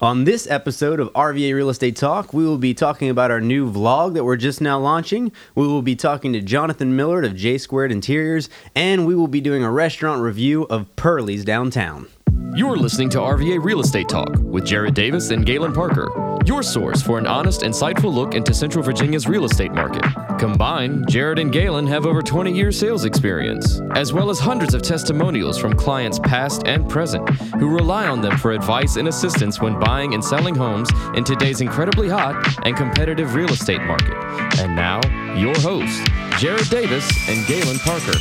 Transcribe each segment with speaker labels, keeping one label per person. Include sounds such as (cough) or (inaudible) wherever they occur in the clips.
Speaker 1: On this episode of RVA Real Estate Talk, we will be talking about our new vlog that we're just now launching. We will be talking to Jonathan Millard of J Squared Interiors, and we will be doing a restaurant review of Pearlie's downtown.
Speaker 2: You're listening to RVA Real Estate Talk with Jared Davis and Galen Parker, your source for an honest, insightful look into Central Virginia's real estate market. Combined, Jared and Galen have over 20 years sales experience, as well as hundreds of testimonials from clients past and present who rely on them for advice and assistance when buying and selling homes in today's incredibly hot and competitive real estate market. And now, your hosts, Jared Davis and Galen Parker.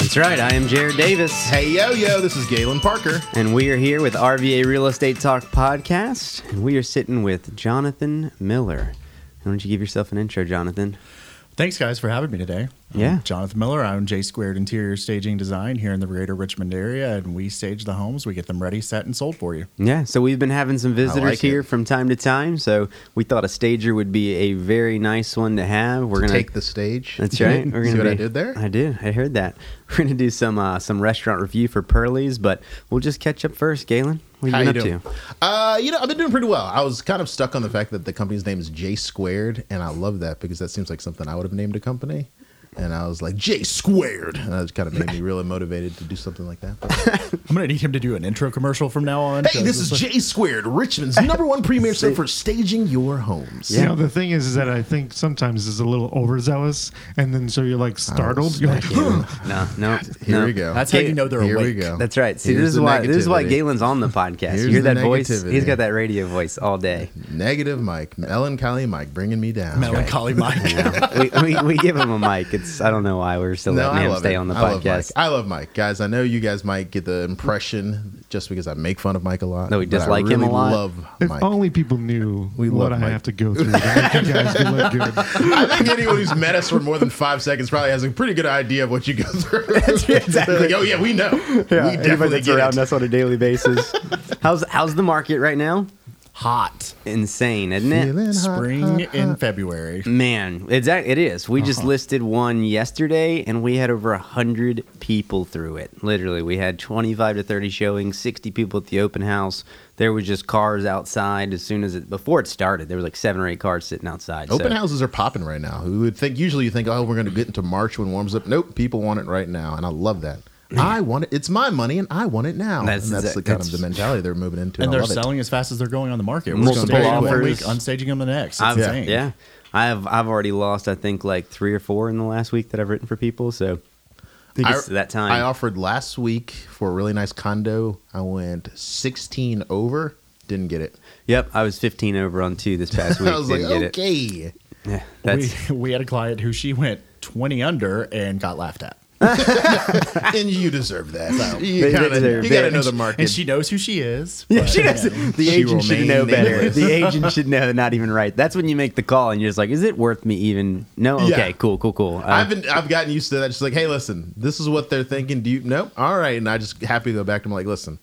Speaker 1: That's right, I am Jared Davis.
Speaker 3: Hey, yo, yo, this is Galen Parker.
Speaker 1: And we are here with RVA Real Estate Talk Podcast, and we are sitting with Jonathan Miller. Why don't you give yourself an intro, Jonathan?
Speaker 3: Thanks, guys, for having me today.
Speaker 1: Yeah.
Speaker 3: I'm Jonathan Miller. I own J Squared Interior Staging Design here in the Greater Richmond area, and we stage the homes. We get them ready, set, and sold for you.
Speaker 1: Yeah, so we've been having some visitors
Speaker 3: like
Speaker 1: here
Speaker 3: it.
Speaker 1: from time to time, so we thought a stager would be a very nice one to have. We're gonna
Speaker 4: take the
Speaker 1: (laughs)
Speaker 4: stage. (laughs)
Speaker 1: That's right. We're
Speaker 4: See
Speaker 1: gonna
Speaker 4: what I
Speaker 1: be-
Speaker 4: did there?
Speaker 1: I did. I heard that. (laughs) We're gonna do some uh, some restaurant review for Pearlie's, but we'll just catch up first. Galen, what have
Speaker 4: How
Speaker 1: you
Speaker 4: you
Speaker 1: been
Speaker 4: doing?
Speaker 1: up to?
Speaker 4: Uh, you know, I've been doing pretty well. I was kind of stuck on the fact that the company's name is J squared, and I love that because that seems like something I would have named a company. And I was like J squared, and that kind of made me really motivated to do something like that. But-
Speaker 3: I'm going to need him to do an intro commercial from now on.
Speaker 4: hey,
Speaker 3: 'cause
Speaker 4: this
Speaker 3: it's
Speaker 4: is
Speaker 3: like-
Speaker 4: J squared, Richmond's number one (laughs) premier center for staging your homes.
Speaker 1: Yeah.
Speaker 5: You know, the thing is, is that I think sometimes it's a little overzealous, and then so you're like startled. You're like,
Speaker 4: Oh, Smack you.
Speaker 1: No, no,
Speaker 4: (laughs) Here
Speaker 1: no.
Speaker 4: we go.
Speaker 3: That's how you know they're
Speaker 4: Here
Speaker 3: awake. (laughs)
Speaker 4: we go.
Speaker 1: That's right. See,
Speaker 4: Here's
Speaker 1: this is
Speaker 4: the
Speaker 1: why this is why
Speaker 4: negativity.
Speaker 1: Galen's on the podcast. you
Speaker 4: Here's
Speaker 1: hear
Speaker 4: the
Speaker 1: that voice? He's
Speaker 4: negativity.
Speaker 1: got that radio voice all day.
Speaker 4: (laughs) negative Mike, melancholy Mike, bringing me down.
Speaker 3: Melancholy Mike.
Speaker 1: we, we, we give him a mic. It's I don't know why we're still
Speaker 4: No,
Speaker 1: letting
Speaker 4: I
Speaker 1: him
Speaker 4: love
Speaker 1: stay
Speaker 4: it.
Speaker 1: on the
Speaker 4: I Love Mike.
Speaker 1: podcast.
Speaker 4: I love Mike, guys. I know you guys might get the impression just because I make fun of Mike a lot.
Speaker 1: No, we
Speaker 4: but I
Speaker 1: dislike him a
Speaker 4: really
Speaker 1: lot.
Speaker 4: Love
Speaker 5: if
Speaker 4: Mike.
Speaker 5: only people knew
Speaker 4: We
Speaker 5: what
Speaker 4: love
Speaker 5: I
Speaker 4: Mike.
Speaker 5: have to go through to make you guys
Speaker 4: (laughs)
Speaker 5: look good.
Speaker 4: I think anyone who's met us for more than five seconds probably has a pretty good idea of what you
Speaker 1: (laughs)
Speaker 4: go through. (laughs) They're like, oh yeah, we know. we definitely get it.
Speaker 1: us on a daily basis. (laughs) how's how's the market right now?
Speaker 3: Hot.
Speaker 1: Insane, isn't it?
Speaker 4: Feeling hot,
Speaker 5: Uh-huh.
Speaker 3: Spring
Speaker 4: hot,
Speaker 3: in
Speaker 4: hot. Mm-hmm.
Speaker 3: February.
Speaker 1: Man, exact it is. We just listed one yesterday, and we had over hundred people through it. Literally, we had twenty-five to thirty showings, sixty people at the open house. There was just cars outside as soon as it before it started. There was like seven or eight cars sitting outside.
Speaker 4: Open
Speaker 1: so-
Speaker 4: houses are popping right now. Who would think? Usually, you think, oh, we're going to get into March when it warms up. Nope, people want it right now, and I love that. I want it. It's my money, and I want it now.
Speaker 1: That's
Speaker 4: and that's
Speaker 1: exact-
Speaker 4: the kind of
Speaker 1: that's-
Speaker 4: the mentality they're moving into.
Speaker 3: And
Speaker 4: I
Speaker 3: they're
Speaker 4: love it.
Speaker 3: selling as fast as they're going on the market.
Speaker 1: Multiple
Speaker 3: staging them one
Speaker 1: offers.
Speaker 3: week, unstaging them the next. It's
Speaker 1: I've,
Speaker 3: insane.
Speaker 1: Yeah, I've I've already lost I think like three or four in the last week that I've written for people. So I think it's that time.
Speaker 4: I offered last week for a really nice condo. I went 16 over, didn't get it.
Speaker 1: yep, I was 15 over on two this
Speaker 4: (laughs)
Speaker 1: past week.
Speaker 4: I was like,
Speaker 1: Didn't get it.
Speaker 4: okay.
Speaker 1: Yeah, that's
Speaker 3: we, (laughs) we had a client who she went 20 under and got laughed at.
Speaker 4: and you deserve that. (laughs) you
Speaker 1: They- they
Speaker 4: kinda-
Speaker 1: deserve
Speaker 4: you
Speaker 1: it.
Speaker 4: got to
Speaker 1: And
Speaker 4: know the
Speaker 1: she-
Speaker 4: market.
Speaker 3: And she knows who she is.
Speaker 1: (laughs) Yeah,
Speaker 3: but,
Speaker 1: she
Speaker 3: you
Speaker 1: does.
Speaker 3: know.
Speaker 1: The
Speaker 4: She
Speaker 1: agent should
Speaker 4: remained
Speaker 1: know better.
Speaker 4: nameless.
Speaker 1: The
Speaker 4: (laughs)
Speaker 1: agent should know not even right. That's when you make the call and you're just like, is it worth me even? No, okay,
Speaker 4: Yeah.
Speaker 1: cool, cool, cool. Uh,
Speaker 4: I've been I've gotten used to that. Just like, hey, listen, this is what they're thinking. Do you nope? All right, and I just happy to go back to them like, listen,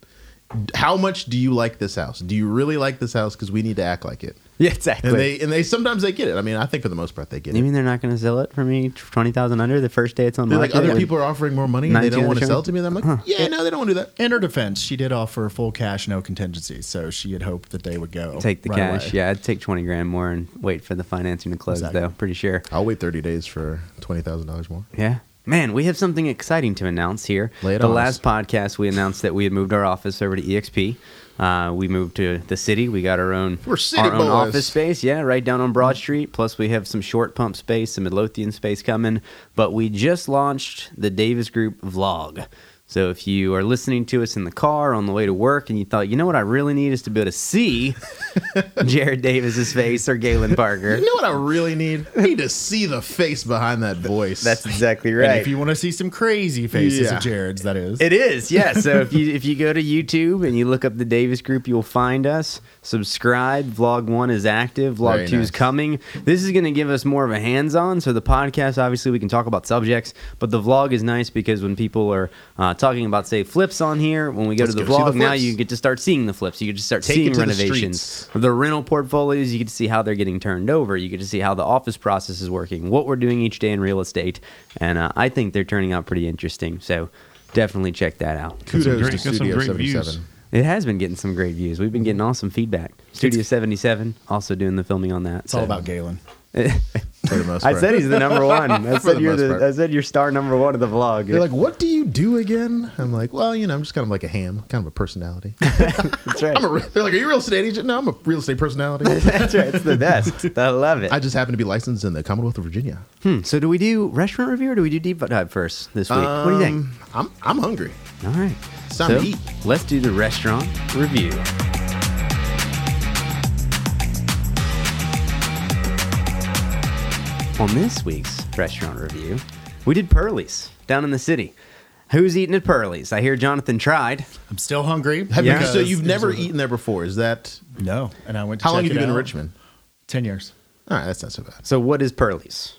Speaker 4: how much do you like this house? Do you really like this house? Because we need to act like it.
Speaker 1: (laughs) yeah, exactly.
Speaker 4: And they and they sometimes they get it. I mean, I think for the most part they get it.
Speaker 1: you mean they're not going to sell it for me twenty thousand under the first day it's on
Speaker 4: They're
Speaker 1: market?
Speaker 4: like other
Speaker 1: And-
Speaker 4: people are offering more money and they
Speaker 1: 19
Speaker 4: don't want to
Speaker 1: other
Speaker 4: sell
Speaker 1: shows?
Speaker 4: to me. And I'm like, yeah, no, they don't want to do that.
Speaker 3: In her defense, she did offer full cash, no contingency. So she had hoped that they would go
Speaker 1: Take the
Speaker 3: right
Speaker 1: cash.
Speaker 3: away.
Speaker 1: Yeah, I'd take twenty grand more and wait for the financing to close,
Speaker 3: Exactly.
Speaker 1: though. Pretty sure.
Speaker 4: I'll wait 30 days for $20,000 more.
Speaker 1: Yeah. Man, we have something exciting to announce here.
Speaker 4: Lay it
Speaker 1: the
Speaker 4: on
Speaker 1: last podcast, we announced that we had moved our office over to EXP. Uh, we moved to the city. We got our own,
Speaker 4: We're city
Speaker 1: our own
Speaker 4: boys.
Speaker 1: office space. Yeah, right down on Broad Street. Plus, we have some short pump space, some Midlothian space coming. But we just launched the Davis Group vlog. So if you are listening to us in the car on the way to work and you thought, you know what I really need is to be able to
Speaker 4: (laughs)
Speaker 1: see Jared Davis's face or Galen Parker.
Speaker 4: You know what I really need? I need to see the face behind that voice.
Speaker 1: That's exactly
Speaker 3: And
Speaker 1: right.
Speaker 3: if you want to see some crazy faces
Speaker 4: Yeah.
Speaker 3: of Jared's, that is.
Speaker 1: It is,
Speaker 4: (laughs)
Speaker 1: yeah. So if you if you go to YouTube and you look up the Davis Group, you'll find us. Subscribe. Vlog one is active. Vlog
Speaker 4: Very
Speaker 1: two is
Speaker 4: nice.
Speaker 1: coming. This is going to give us more of a hands-on. So the podcast, obviously, we can talk about subjects, but the vlog is nice because when people are uh, talking about say flips on here, when we go
Speaker 4: Let's
Speaker 1: to the
Speaker 4: go see
Speaker 1: vlog,
Speaker 4: the
Speaker 1: now
Speaker 4: flips.
Speaker 1: you get to start seeing the flips. You get to start
Speaker 4: Take it
Speaker 1: seeing
Speaker 4: to the
Speaker 1: renovations,
Speaker 4: streets.
Speaker 1: the, rental portfolios. You get to see how they're getting turned over. You get to see how the office process is working, what we're doing each day in real estate, and uh, I think they're turning out pretty interesting. So definitely check that out.
Speaker 5: Got some
Speaker 4: Kudos
Speaker 5: great-
Speaker 4: to
Speaker 5: got some
Speaker 4: Studio
Speaker 5: great views.
Speaker 4: 77.
Speaker 1: It has been getting some great views. We've been getting awesome feedback. Studio 77 also doing the filming on that.
Speaker 3: It's all about Galen.
Speaker 4: for the most
Speaker 1: I
Speaker 4: part.
Speaker 1: said he's the number (laughs) one. I
Speaker 4: For
Speaker 1: said
Speaker 4: the
Speaker 1: you're
Speaker 4: most
Speaker 1: the.
Speaker 4: part.
Speaker 1: I said you're star number one of the vlog.
Speaker 4: They're like, "What do you do again?" I'm like, "Well, you know, I'm just kind of like a ham, kind of a personality."
Speaker 1: That's right. (laughs)
Speaker 4: I'm a, re- they're like, "Are you a real estate agent?" No, I'm a real estate personality.
Speaker 1: That's right.
Speaker 4: (laughs)
Speaker 1: It's the best. I love it.
Speaker 4: I just happen to be licensed in the Commonwealth of Virginia.
Speaker 1: Hmm, so do we do restaurant review or do we do deep dive first this week? what do you think?
Speaker 4: I'm Um, I'm hungry.
Speaker 1: All right.
Speaker 4: It's time to eat.
Speaker 1: Let's do the restaurant review. On this week's restaurant review, we did Pearlie's down in the city. Who's eating at Pearlie's? I hear Jonathan tried.
Speaker 3: I'm still hungry.
Speaker 4: Have
Speaker 1: Yeah.
Speaker 4: you, so
Speaker 3: because
Speaker 4: you've
Speaker 3: it
Speaker 4: never
Speaker 3: was a-
Speaker 4: eaten there before? Is that
Speaker 3: No. And I went. To
Speaker 4: how long
Speaker 3: check
Speaker 4: have you
Speaker 3: it
Speaker 4: been in
Speaker 3: out.
Speaker 4: Richmond?
Speaker 3: Ten years.
Speaker 4: All right, that's not so bad.
Speaker 1: So what is Pearlie's?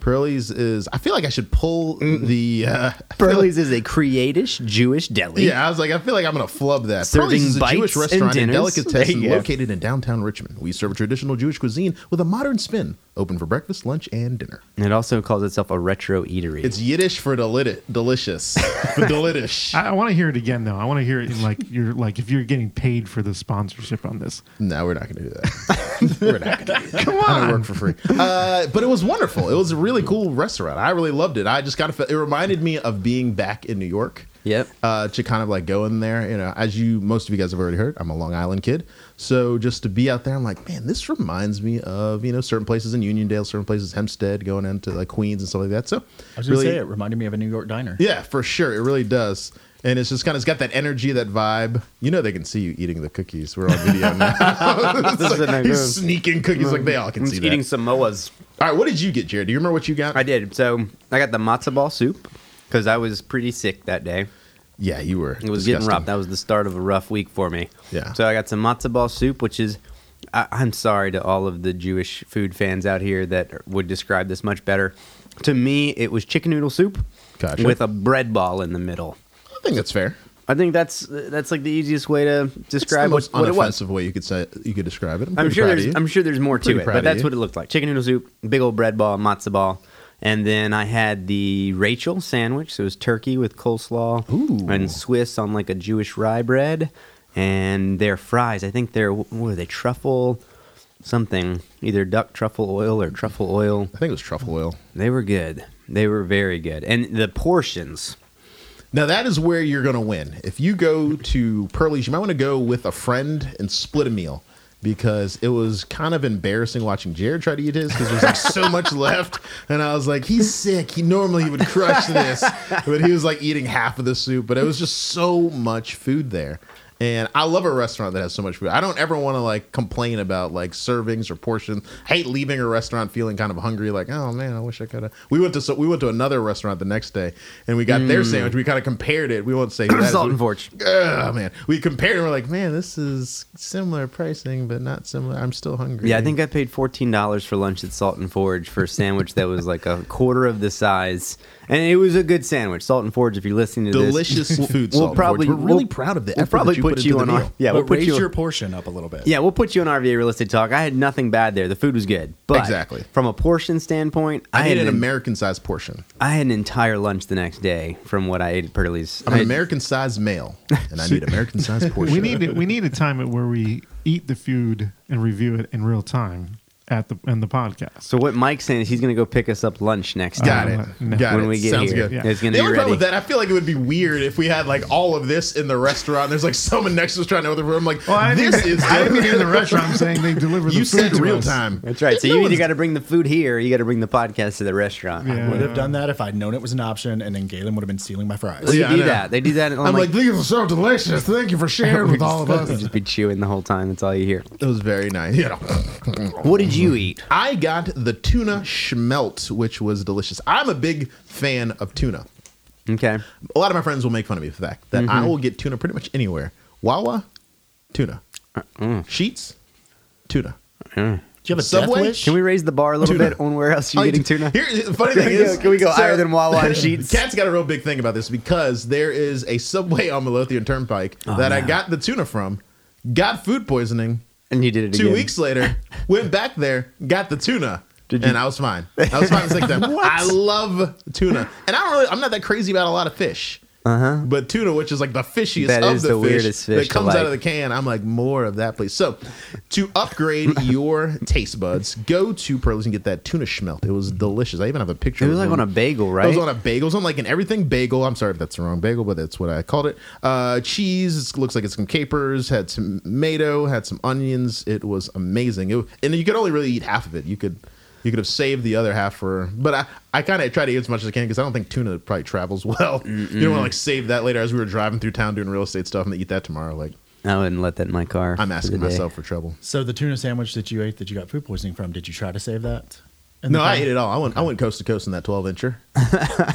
Speaker 4: Pearlie's is. I feel like I should pull the. Uh,
Speaker 1: Pearlie's is a creatish Jewish deli.
Speaker 4: yeah, I was like, I feel like I'm gonna flub that.
Speaker 1: Serving
Speaker 4: Pearlie's is a
Speaker 1: bites
Speaker 4: Jewish
Speaker 1: and
Speaker 4: restaurant and,
Speaker 1: dinners. There
Speaker 4: delicatessen
Speaker 1: you go.
Speaker 4: located in downtown Richmond. We serve traditional Jewish cuisine with a modern spin. Open for breakfast, lunch, and dinner.
Speaker 1: And it also calls itself a retro eatery.
Speaker 4: It's Yiddish for delit- (laughs) delicious. delitish.
Speaker 5: I, I want to hear it again though. I want to hear it in like you're like if you're getting paid for the sponsorship on this.
Speaker 4: No, we're not going to do (laughs) that. we're not going to do that. Come on. I don't work for free. Uh, but it was wonderful. It was a really cool restaurant. I really loved it. I just got to feel it reminded me of being back in New York.
Speaker 1: Yep.
Speaker 4: Uh, to kind of like go in there, you know, as you most of you guys have already heard, I'm a Long Island kid. So just to be out there, I'm like, man, this reminds me of, you know, certain places in Uniondale, certain places, Hempstead, going into like Queens and stuff like that. So
Speaker 3: I was gonna say it reminded me of a New York diner.
Speaker 4: yeah, for sure. It really does. And it's just kind of it's got that energy, that vibe. You know, they can see you eating the cookies. We're on video
Speaker 1: (laughs)
Speaker 4: now. It's
Speaker 1: is not
Speaker 4: like,
Speaker 1: good.
Speaker 4: he's sneaking cookies like they all can
Speaker 1: I'm
Speaker 4: see
Speaker 1: just
Speaker 4: that.
Speaker 1: eating Samoa's.
Speaker 4: all right, what did you get, Jared? Do you remember what you got?
Speaker 1: I did. So I got the matzo ball soup because I was pretty sick that day.
Speaker 4: Yeah, you were.
Speaker 1: It was getting rough. That was the start of a rough week for me.
Speaker 4: Yeah.
Speaker 1: So I got some matzo ball soup, which is, I, I'm sorry to all of the Jewish food fans out here that would describe this much better. To me, it was chicken noodle soup
Speaker 4: Gotcha.
Speaker 1: with a bread ball in the middle.
Speaker 4: I think that's fair.
Speaker 1: I think that's that's like the easiest way to
Speaker 4: It's the
Speaker 1: describe what,
Speaker 4: most
Speaker 1: what it was.
Speaker 4: unoffensive way you could say you could describe it. I'm,
Speaker 1: I'm
Speaker 4: pretty
Speaker 1: sure
Speaker 4: proud of
Speaker 1: there's
Speaker 4: you.
Speaker 1: I'm sure there's more
Speaker 4: Pretty
Speaker 1: to it,
Speaker 4: proud
Speaker 1: but
Speaker 4: of
Speaker 1: that's
Speaker 4: you.
Speaker 1: what it looked like: chicken noodle soup, big old bread ball, matzo ball, and then I had the Rachel sandwich. So it was turkey with coleslaw
Speaker 4: Ooh.
Speaker 1: and Swiss on like a Jewish rye bread, and their fries. I think they're what were they truffle something, either duck truffle oil or truffle oil.
Speaker 4: I think it was truffle oil.
Speaker 1: They were good. They were very good, and the portions.
Speaker 4: Now that is where you're going to win. If you go to Pearlie's, you might want to go with a friend and split a meal because it was kind of embarrassing watching Jared try to eat his because there's like so much left, and I was like, he's sick. He normally he would crush this, but he was like eating half of the soup. But it was just so much food there. And I love a restaurant that has so much food. I don't ever want to like complain about like servings or portions. I hate leaving a restaurant feeling kind of hungry, like oh man, I wish I could have. We went to so we went to another restaurant the next day, and we got their sandwich. We kind of compared it. We
Speaker 1: (clears throat)
Speaker 4: won't say who that is.
Speaker 1: Mm. Salt and fortune.
Speaker 4: Oh man, we compared. and We're like, man, this is similar pricing, but not similar. I'm still hungry.
Speaker 1: Yeah, I think I paid fourteen dollars for lunch at Salt and Forge for a sandwich that was like a
Speaker 4: (laughs)
Speaker 1: quarter of the size, and it was a good sandwich. Salt and Forge, if you're listening to this,
Speaker 4: delicious food.
Speaker 1: we'll
Speaker 4: Salt and
Speaker 1: probably-
Speaker 4: forge. we're really
Speaker 1: we'll-
Speaker 4: proud of the
Speaker 1: we'll
Speaker 4: effort
Speaker 1: probably
Speaker 4: that you
Speaker 1: put
Speaker 4: put, into
Speaker 1: you
Speaker 4: the
Speaker 1: on our-
Speaker 4: meal.
Speaker 1: yeah,
Speaker 3: but
Speaker 1: we'll put
Speaker 3: raise
Speaker 1: you-
Speaker 3: your portion up a little bit.
Speaker 1: yeah, we'll put you on RVA Real Estate Talk. I had nothing bad there. The food was good, but
Speaker 4: Exactly.
Speaker 1: from a portion standpoint, I,
Speaker 4: I
Speaker 1: had
Speaker 4: need
Speaker 1: an,
Speaker 4: an American sized portion.
Speaker 1: I had an entire lunch the next day from what I ate at Pearlie's.
Speaker 4: I'm
Speaker 1: I-
Speaker 4: an American sized male, and I need
Speaker 1: (laughs)
Speaker 4: American sized portion.
Speaker 5: We need we need a time at where we eat the food and review it in real time at the in the podcast.
Speaker 1: so what Mike's saying is he's going to go pick us up lunch next
Speaker 4: Got
Speaker 1: time
Speaker 4: it.
Speaker 5: Uh, no.
Speaker 4: Got
Speaker 1: when
Speaker 4: it.
Speaker 1: we get
Speaker 4: Sounds
Speaker 1: here.
Speaker 4: good.
Speaker 5: Yeah.
Speaker 1: It's going
Speaker 4: The
Speaker 1: to
Speaker 4: only
Speaker 1: be
Speaker 4: problem
Speaker 1: ready.
Speaker 4: with that, I feel like it would be weird if we had like all of this in the restaurant. There's like someone next to us trying to order. I'm like,
Speaker 5: Well, I didn't,
Speaker 4: this is
Speaker 5: (laughs) I didn't mean in the restaurant. I'm saying they deliver
Speaker 4: (laughs)
Speaker 5: the
Speaker 4: You
Speaker 5: food
Speaker 4: said
Speaker 5: to
Speaker 4: real
Speaker 5: us.
Speaker 4: time.
Speaker 1: That's right. So
Speaker 4: No
Speaker 1: you either
Speaker 4: one's-
Speaker 1: got to bring the food here, or you got to bring the podcast to the restaurant.
Speaker 5: Yeah.
Speaker 3: Would have done that if I'd known it was an option, and then Galen would have been stealing my fries.
Speaker 1: They
Speaker 4: Yeah, I
Speaker 1: do
Speaker 4: know.
Speaker 1: that. They do that. and oh I'm
Speaker 4: I'm
Speaker 1: like,
Speaker 4: like, these are so delicious. Thank
Speaker 5: (laughs)
Speaker 4: you for sharing with all of
Speaker 1: You
Speaker 4: us.
Speaker 1: just be chewing the whole time. That's all you hear.
Speaker 4: It was very nice. You know.
Speaker 1: What did you eat?
Speaker 4: (laughs) I got the tuna schmelt, which was delicious. I'm a big fan of tuna.
Speaker 1: Okay.
Speaker 4: A lot of my friends will make fun of me for that. That
Speaker 5: Mm-hmm.
Speaker 4: I will get tuna pretty much anywhere. Wawa, tuna.
Speaker 1: Uh, mm.
Speaker 4: Sheets, tuna.
Speaker 3: Do you have a
Speaker 4: Subway?
Speaker 3: death wish?
Speaker 1: Can we raise the bar a little
Speaker 4: Tuna.
Speaker 1: bit on where else you're
Speaker 4: Oh, you
Speaker 1: getting
Speaker 4: do-
Speaker 1: tuna?
Speaker 4: Here, the funny thing
Speaker 1: Can we go-
Speaker 4: is,
Speaker 1: can we go higher than Wawa and Sheetz?
Speaker 4: (laughs) Cat's got a real big thing about this because there is a subway (laughs) on Midlothian Turnpike that I
Speaker 1: Oh, no.
Speaker 4: got the tuna from, got food poisoning.
Speaker 1: And you did it
Speaker 4: Two
Speaker 1: again.
Speaker 4: weeks later, went back there, got the tuna.
Speaker 1: Did you-
Speaker 4: and I was
Speaker 1: (laughs)
Speaker 4: fine. I was fine the second time. I love tuna, and I don't really. I'm not that crazy about a lot of fish. Uh-huh. But tuna, which is like the fishiest
Speaker 1: That
Speaker 4: of
Speaker 1: is
Speaker 4: the,
Speaker 1: the
Speaker 4: fish
Speaker 1: weirdest fish
Speaker 4: that
Speaker 1: to
Speaker 4: comes out
Speaker 1: like.
Speaker 4: of the can, I'm like more of that, please. So, to
Speaker 1: (laughs)
Speaker 4: upgrade your taste buds, go to Pearlie's and get that tuna schmelt. It was delicious. I even have a picture.
Speaker 1: It was
Speaker 4: of
Speaker 1: like on a bagel,
Speaker 4: It
Speaker 1: right?
Speaker 4: was on a bagel. It was on like an everything bagel. I'm sorry if that's the wrong bagel, but that's what I called it. Uh, cheese it looks like it's some capers. Had some tomato. Had some onions. It was amazing. It, and you could only really eat half of it. You could you could have saved the other half for. But I I kind of try to eat as much as I can because I don't think tuna probably travels (laughs) well. You don't want to like save that later as we were driving through town doing real estate stuff and eat that tomorrow. Like
Speaker 1: I wouldn't let that in my car.
Speaker 4: I'm
Speaker 1: for
Speaker 4: asking
Speaker 1: the day.
Speaker 4: myself for trouble.
Speaker 3: So the tuna sandwich that you ate that you got food poisoning from, did you try to save that? in the
Speaker 4: No, I
Speaker 3: car?
Speaker 4: ate it all. I went I went coast to coast in that 12 (laughs) incher.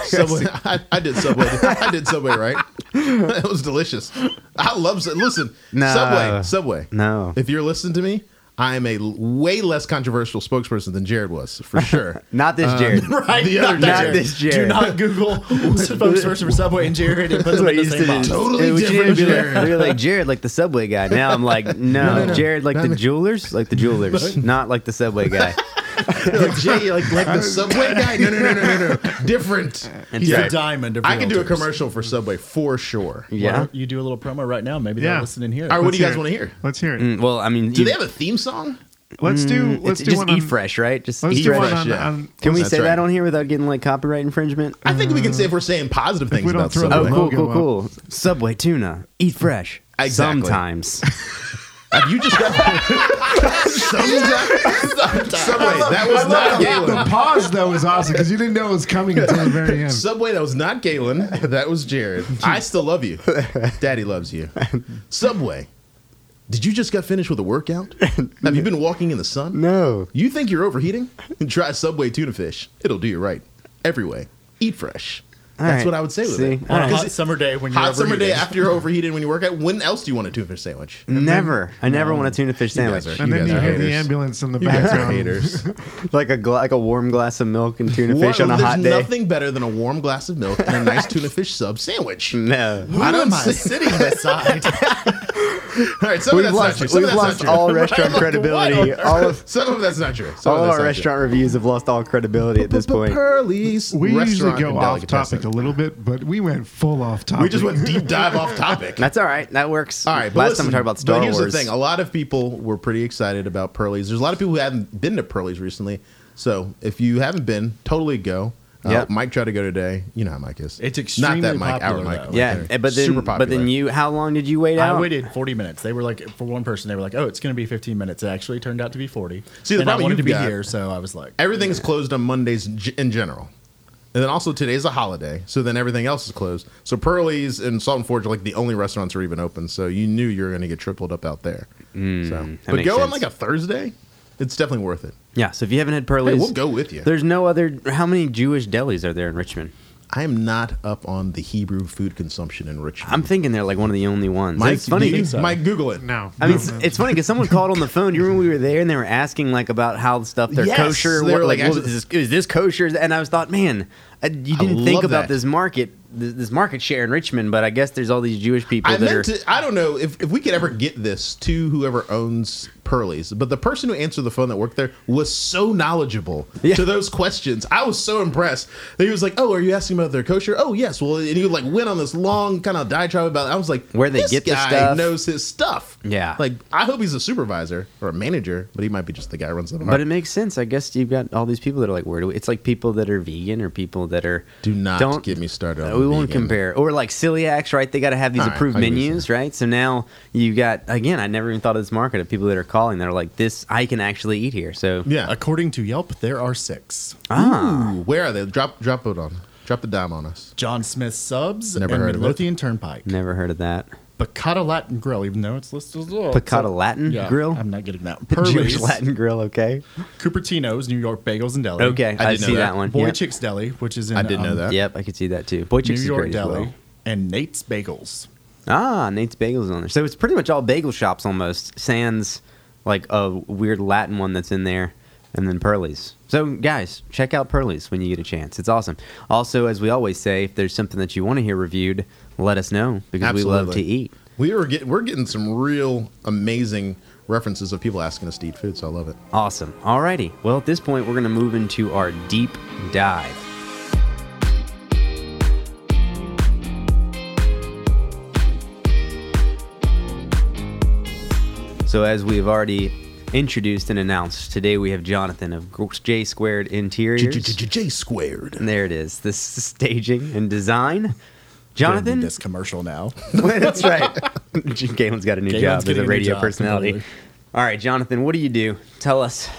Speaker 4: Subway, I, I did Subway. I did Subway right. (laughs) it was delicious. I love Sub- listen.
Speaker 1: No.
Speaker 4: Subway, Subway.
Speaker 1: No.
Speaker 4: If you're listening to me, I am a l- way less controversial spokesperson than Jared was (laughs) for sure.
Speaker 1: Not this Jared.
Speaker 3: (laughs)
Speaker 4: (laughs)
Speaker 3: Right,
Speaker 4: The
Speaker 3: not
Speaker 4: other
Speaker 3: that
Speaker 1: Not
Speaker 3: Jared.
Speaker 1: this Jared.
Speaker 3: Do not
Speaker 4: (laughs)
Speaker 3: Google spokesperson for Subway and Jared and put them in the same box.
Speaker 4: Totally
Speaker 1: It was- you
Speaker 4: different
Speaker 1: didn't be like-
Speaker 4: Jared.
Speaker 1: we were like Jared, like the subway guy. Now I'm
Speaker 4: (laughs)
Speaker 1: like, no,
Speaker 4: No, no, no.
Speaker 1: Jared, like the jewelers, like the
Speaker 4: (laughs)
Speaker 1: jewelers, not like the subway guy. (laughs)
Speaker 4: Like, Jay, like, like the Subway guy. No, no, no, no, no, no. (laughs) Different.
Speaker 3: He's
Speaker 1: Right.
Speaker 3: a diamond. Of
Speaker 4: I can do a
Speaker 3: realtors.
Speaker 4: commercial for Subway for sure.
Speaker 1: Yeah.
Speaker 3: You do a little promo right now. Maybe
Speaker 5: Yeah.
Speaker 3: they'll listen in here.
Speaker 4: All right, what do you guys
Speaker 5: Let's
Speaker 4: want to hear?
Speaker 5: Let's hear it.
Speaker 1: Mm, Well, I mean,
Speaker 4: Do
Speaker 1: you-
Speaker 4: they have a theme song?
Speaker 5: Let's do. Let's
Speaker 1: it's
Speaker 5: do
Speaker 1: just
Speaker 5: one
Speaker 1: eat
Speaker 5: on,
Speaker 1: fresh, right? Just
Speaker 5: Let's
Speaker 1: eat
Speaker 5: do
Speaker 1: fresh.
Speaker 5: one
Speaker 4: fresh,
Speaker 5: on. um,
Speaker 4: yeah.
Speaker 5: on
Speaker 1: Can we
Speaker 4: That's
Speaker 1: say
Speaker 4: right.
Speaker 1: that on here without getting like copyright infringement?
Speaker 4: I think we can say Mm. if we're saying positive things
Speaker 5: we don't
Speaker 4: about
Speaker 5: throw
Speaker 1: Oh,
Speaker 4: Subway.
Speaker 5: the
Speaker 1: cool,
Speaker 5: logo
Speaker 1: cool,
Speaker 5: up.
Speaker 1: cool. Subway tuna, eat fresh.
Speaker 4: Exactly. (laughs)
Speaker 1: Sometimes.
Speaker 4: Have you just got Subway? Subway, that was not
Speaker 6: The
Speaker 4: Galen.
Speaker 6: pause though was awesome because you didn't know it was coming until the very
Speaker 4: (laughs)
Speaker 6: end.
Speaker 4: Subway, that was not Galen. That was Jared. I still love you. Daddy loves you. Subway, did you just got finished with a workout? Have you been walking in the sun?
Speaker 6: No.
Speaker 4: You think you're overheating? Try Subway tuna fish. It'll do you right. Every way. Eat fresh.
Speaker 1: All
Speaker 4: That's
Speaker 1: right.
Speaker 4: what I would say with
Speaker 1: See?
Speaker 4: it.
Speaker 1: All
Speaker 3: On a
Speaker 1: right.
Speaker 3: hot summer day when you're
Speaker 4: Hot summer day
Speaker 3: overheated.
Speaker 4: after you're overheated when you work out. When else do you want a tuna fish sandwich?
Speaker 1: Never. I never want a tuna fish
Speaker 4: You guys
Speaker 1: sandwich.
Speaker 4: are-
Speaker 5: And then
Speaker 4: guys
Speaker 5: you
Speaker 4: are
Speaker 5: hear the
Speaker 4: haters.
Speaker 5: ambulance in the
Speaker 4: You guys are
Speaker 5: background.
Speaker 4: haters.
Speaker 1: Like a gla- like a warm glass of milk and tuna
Speaker 4: What-
Speaker 1: fish on a
Speaker 4: there's
Speaker 1: hot day.
Speaker 4: nothing better than a warm glass of milk and a nice tuna fish sub
Speaker 1: (laughs)
Speaker 4: sandwich.
Speaker 1: No.
Speaker 4: Who I don't
Speaker 3: am I
Speaker 4: (laughs) see.
Speaker 3: sitting beside?
Speaker 4: All right, some
Speaker 1: We've
Speaker 4: of
Speaker 1: lost-
Speaker 4: that's not true. Some
Speaker 1: we've
Speaker 4: of that's
Speaker 1: lost
Speaker 4: not true.
Speaker 1: all
Speaker 4: Right,
Speaker 1: restaurant
Speaker 4: (laughs) like,
Speaker 1: credibility.
Speaker 4: what?
Speaker 1: All of-
Speaker 4: (laughs) some of that's not true. Some
Speaker 1: All
Speaker 4: of
Speaker 1: of
Speaker 4: that's
Speaker 1: our
Speaker 4: not
Speaker 1: reviews reviews have lost all credibility at this
Speaker 4: true.
Speaker 1: point.
Speaker 4: Pearlies.
Speaker 5: We
Speaker 4: Restaurant
Speaker 5: usually
Speaker 4: and
Speaker 5: go off
Speaker 4: delicatessen.
Speaker 5: topic a little bit, but we went full off topic.
Speaker 4: We just went deep dive
Speaker 1: (laughs)
Speaker 4: off topic.
Speaker 1: That's all right. That works.
Speaker 4: All right, but
Speaker 1: Last
Speaker 4: listen,
Speaker 1: time we talked about
Speaker 4: but
Speaker 1: Star
Speaker 4: here's
Speaker 1: Wars.
Speaker 4: the thing: a lot of people were pretty excited about Pearlies. There's a lot of people who haven't been to Pearlies recently, so if you haven't been, totally go. Uh,
Speaker 1: Yep.
Speaker 4: Mike tried to go today. You know how Mike
Speaker 3: It's
Speaker 4: is. not that
Speaker 3: extremely
Speaker 4: Mike,
Speaker 3: popular,
Speaker 4: our Mike.
Speaker 3: though.
Speaker 1: yeah,
Speaker 4: right there.
Speaker 1: eh, but then
Speaker 4: super popular.
Speaker 1: but then you, how long did you wait out?
Speaker 3: I waited 40 minutes. They were like, for one person, they were like, "Oh, it's going to be 15 minutes." It actually turned out to be 40.
Speaker 4: See, the
Speaker 3: and I
Speaker 4: problem
Speaker 3: wanted to
Speaker 4: you've
Speaker 3: be
Speaker 4: got-
Speaker 3: here, so I was like,
Speaker 4: everything's closed on Mondays in g- in general. And then also today's a holiday, so then everything else is closed. So Pearlie's and Salt and Forge are like the only restaurants that are even open. So you knew you were going to get tripled up out there. so, but
Speaker 1: Hmm, makes
Speaker 4: go on
Speaker 1: sense.
Speaker 4: like a Thursday, it's definitely worth it.
Speaker 1: Yeah, so if you haven't had Pearlie's,
Speaker 4: Hey, we'll go with you.
Speaker 1: There's no other. How many Jewish delis are there in Richmond?
Speaker 4: I am not up on the Hebrew food consumption in Richmond.
Speaker 1: I'm thinking they're like one of the only ones.
Speaker 4: Mike,
Speaker 1: it's funny.
Speaker 4: do you-
Speaker 3: so.
Speaker 4: Mike, Google it.
Speaker 5: No,
Speaker 1: I mean,
Speaker 5: no,
Speaker 1: it's,
Speaker 5: no.
Speaker 1: it's funny because someone called on the phone. You remember we were there and they were asking like about how the stuff they're
Speaker 4: Yes,
Speaker 1: kosher.
Speaker 4: they
Speaker 1: What,
Speaker 4: were
Speaker 1: like,
Speaker 4: like,
Speaker 1: what
Speaker 4: actually-
Speaker 1: is, this, is this kosher? And I was thought, man, I, you
Speaker 4: I
Speaker 1: didn't think
Speaker 4: love
Speaker 1: about
Speaker 4: that.
Speaker 1: this market, th- this market share in Richmond. But I guess there's all these Jewish people
Speaker 4: I
Speaker 1: that are.
Speaker 4: meant to. I don't know if, if we could ever get this to whoever owns Pearlie's, but the person who answered the phone that worked there was so knowledgeable
Speaker 1: Yeah.
Speaker 4: to those questions. I was so impressed that he was like, "Oh, are you asking about their kosher? Oh, yes." Well, and he like went on this long kind of diatribe about. I was like,
Speaker 1: Where they
Speaker 4: this
Speaker 1: get the
Speaker 4: guy
Speaker 1: stuff."
Speaker 4: knows his stuff.
Speaker 1: Yeah.
Speaker 4: like I hope he's a supervisor or a manager, but he might be just the guy who runs the.
Speaker 1: But it makes sense. I guess you've got all these people that are like, where do we? It's like people that are vegan or people that are.
Speaker 4: Do not
Speaker 1: don't-
Speaker 4: get me started on
Speaker 1: Uh, we won't
Speaker 4: vegan.
Speaker 1: compare. Or like celiacs, right? They got to have these
Speaker 4: All right,
Speaker 1: approved
Speaker 4: I can do
Speaker 1: menus, right? So now you got, again, I never even thought of this market of people that are calling that are like, this, I can actually eat here. So,
Speaker 4: yeah,
Speaker 3: according to Yelp, there are six:
Speaker 1: ah,
Speaker 4: Ooh, where are they? Drop drop it on. Drop the dime on us.
Speaker 3: John Smith subs
Speaker 4: Never
Speaker 3: and
Speaker 4: heard of it.
Speaker 3: Midlothian Turnpike,
Speaker 1: never heard of that.
Speaker 3: Piccata Latin Grill. Even though Oh, it's listed as well,
Speaker 1: Piccata Latin
Speaker 3: Yeah,
Speaker 1: grill?
Speaker 3: I'm not getting that.
Speaker 1: (laughs) Jewish
Speaker 3: Pearlie's,
Speaker 1: Latin grill, okay?
Speaker 3: Cupertino's, New York Bagels and Deli.
Speaker 1: Okay, I,
Speaker 4: didn't know
Speaker 1: see that,
Speaker 4: that.
Speaker 1: one.
Speaker 3: Boy
Speaker 1: yep.
Speaker 3: Chicks Deli, which is in um,
Speaker 4: I didn't know that.
Speaker 1: Yep, I could see that too. Boy
Speaker 3: Uh, New
Speaker 1: Chicks is
Speaker 3: York
Speaker 1: great as
Speaker 3: Deli,
Speaker 1: well.
Speaker 3: and Nate's Bagels.
Speaker 1: Ah, Nate's Bagels on there. So it's pretty much all bagel shops almost. Sans like a weird Latin one that's in there, and then Pearlie's. So guys, check out Pearlie's when you get a chance. It's awesome. Also, as we always say, if there's something that you want to hear reviewed, let us know because we love to
Speaker 4: Absolutely.
Speaker 1: eat.
Speaker 4: We were getting we're getting some real amazing references of people asking us to eat food, so I love it.
Speaker 1: Awesome. Alrighty. Well, at this point, we're gonna move into our deep dive. So, as we have already introduced and announced, today we have Jonathan of J Squared
Speaker 4: J-
Speaker 1: Interiors.
Speaker 4: J- J- J squared.
Speaker 1: And there it is. This is staging and design.
Speaker 3: Gonna do
Speaker 1: Jonathan,
Speaker 3: this commercial now.
Speaker 1: (laughs) that's right. (laughs) Galen's got a new
Speaker 3: Galen's
Speaker 1: job as
Speaker 3: getting a
Speaker 1: a
Speaker 3: new
Speaker 1: radio
Speaker 3: job,
Speaker 1: personality.
Speaker 3: completely.
Speaker 1: All right, Jonathan, what do you do? Tell us.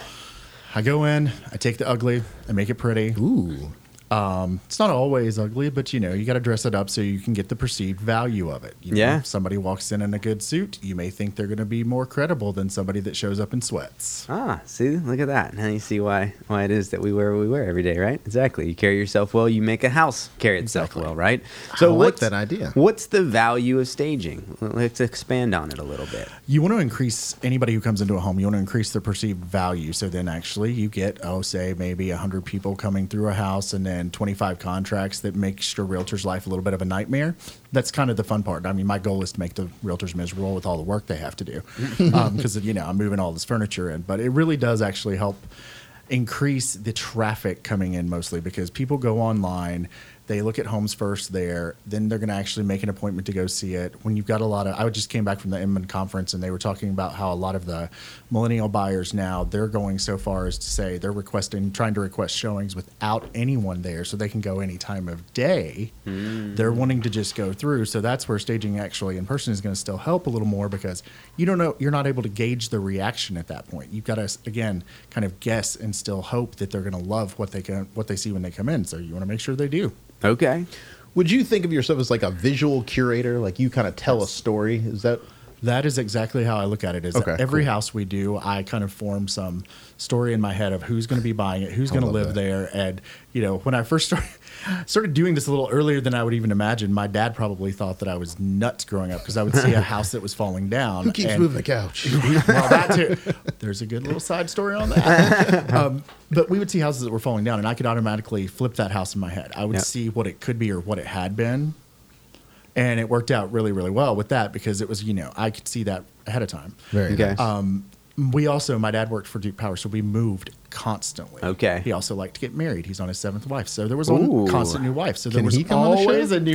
Speaker 3: I go in, I take the ugly, I make it pretty.
Speaker 4: Ooh.
Speaker 3: Um, it's not always ugly, but you know, you got to dress it up so you can get the perceived value of it. You know,
Speaker 1: Yeah.
Speaker 3: if somebody walks in in a good suit, you may think they're going to be more credible than somebody that shows up in sweats.
Speaker 1: Ah, see, look at that. Now you see why why it is that we wear what we wear every day, right? Exactly. You carry yourself well, you make a house carry itself well, right?
Speaker 4: like
Speaker 1: what's-
Speaker 4: that idea.
Speaker 1: What's the value of staging? Let's expand on it a little bit.
Speaker 3: You want to increase anybody who comes into a home, you want to increase their perceived value. So then actually you get, oh, say maybe 100 people coming through a house and then 25 contracts that makes your realtor's life a little bit of a nightmare. That's kind of the fun part. I mean, my goal is to make the realtors miserable with all the work they have to do because, you know, I'm moving all this furniture in. But it really does actually help increase the traffic coming in mostly because people go online they look at homes first there then they're going to actually make an appointment to go see it when you've got a lot of i just came back from the inman conference and they were talking about how a lot of the millennial buyers now they're going so far as to say they're requesting trying to request showings without anyone there so they can go any time of day they're wanting to just go through so that's where staging actually in person is going to still help a little more because you don't know you're not able to gauge the reaction at that point you've got to again kind of guess and still hope that they're going to love what they can what they see when they come in so you want to make sure they do
Speaker 1: Okay.
Speaker 4: Would you think of yourself as like a visual curator? Like you kind of tell a story? Is that
Speaker 3: That is exactly how I look at it. Is
Speaker 4: Okay,
Speaker 3: every
Speaker 4: cool.
Speaker 3: house we do, I kind of form some story in my head of who's going to be buying it, who's going to
Speaker 4: love
Speaker 3: live
Speaker 4: that.
Speaker 3: there, and you know, when I first started (laughs) started doing this a little earlier than I would even imagine, my dad probably thought that I was nuts growing up because I would see
Speaker 4: (laughs)
Speaker 3: a house that was falling down.
Speaker 4: who keeps
Speaker 3: and-
Speaker 4: moving the (laughs) couch?
Speaker 3: (laughs) well, that too. There's a good little side story on
Speaker 1: (laughs)
Speaker 3: that. um, but we would see houses that were falling down, and I could automatically flip that house in my head. I would
Speaker 1: Yep.
Speaker 3: see what it could be or what it had been. And it worked out really, really well with that because it was, you know, I could see that ahead of time.
Speaker 4: Very
Speaker 1: Okay.
Speaker 4: nice.
Speaker 3: Um, we also, my dad worked for Duke Power, so we moved constantly.
Speaker 1: Okay.
Speaker 3: He also liked to get married. He's on his seventh wife, so there was
Speaker 1: Ooh.
Speaker 3: a constant new wife. So there
Speaker 4: Can
Speaker 3: was
Speaker 4: he come on the show?
Speaker 3: always a new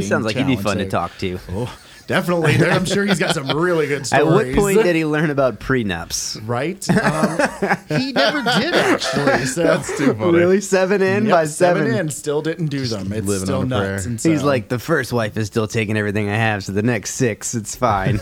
Speaker 1: (laughs) He sounds like he'd be
Speaker 3: challenge
Speaker 1: fun to
Speaker 3: there.
Speaker 1: talk to.
Speaker 3: Oh,
Speaker 1: (laughs)
Speaker 3: definitely. There- I'm sure he's got some really good stories.
Speaker 1: At what point did he learn about
Speaker 3: (laughs)
Speaker 1: prenups?
Speaker 3: Right? Um, he never did actually. So that's too
Speaker 1: Really, seven in by seven.
Speaker 3: in, still didn't do them. It's
Speaker 4: living
Speaker 3: still
Speaker 4: on a
Speaker 3: nuts.
Speaker 4: prayer.
Speaker 3: And
Speaker 1: He's
Speaker 3: so-
Speaker 1: like, the first wife is still taking everything I have, so the next six, it's fine.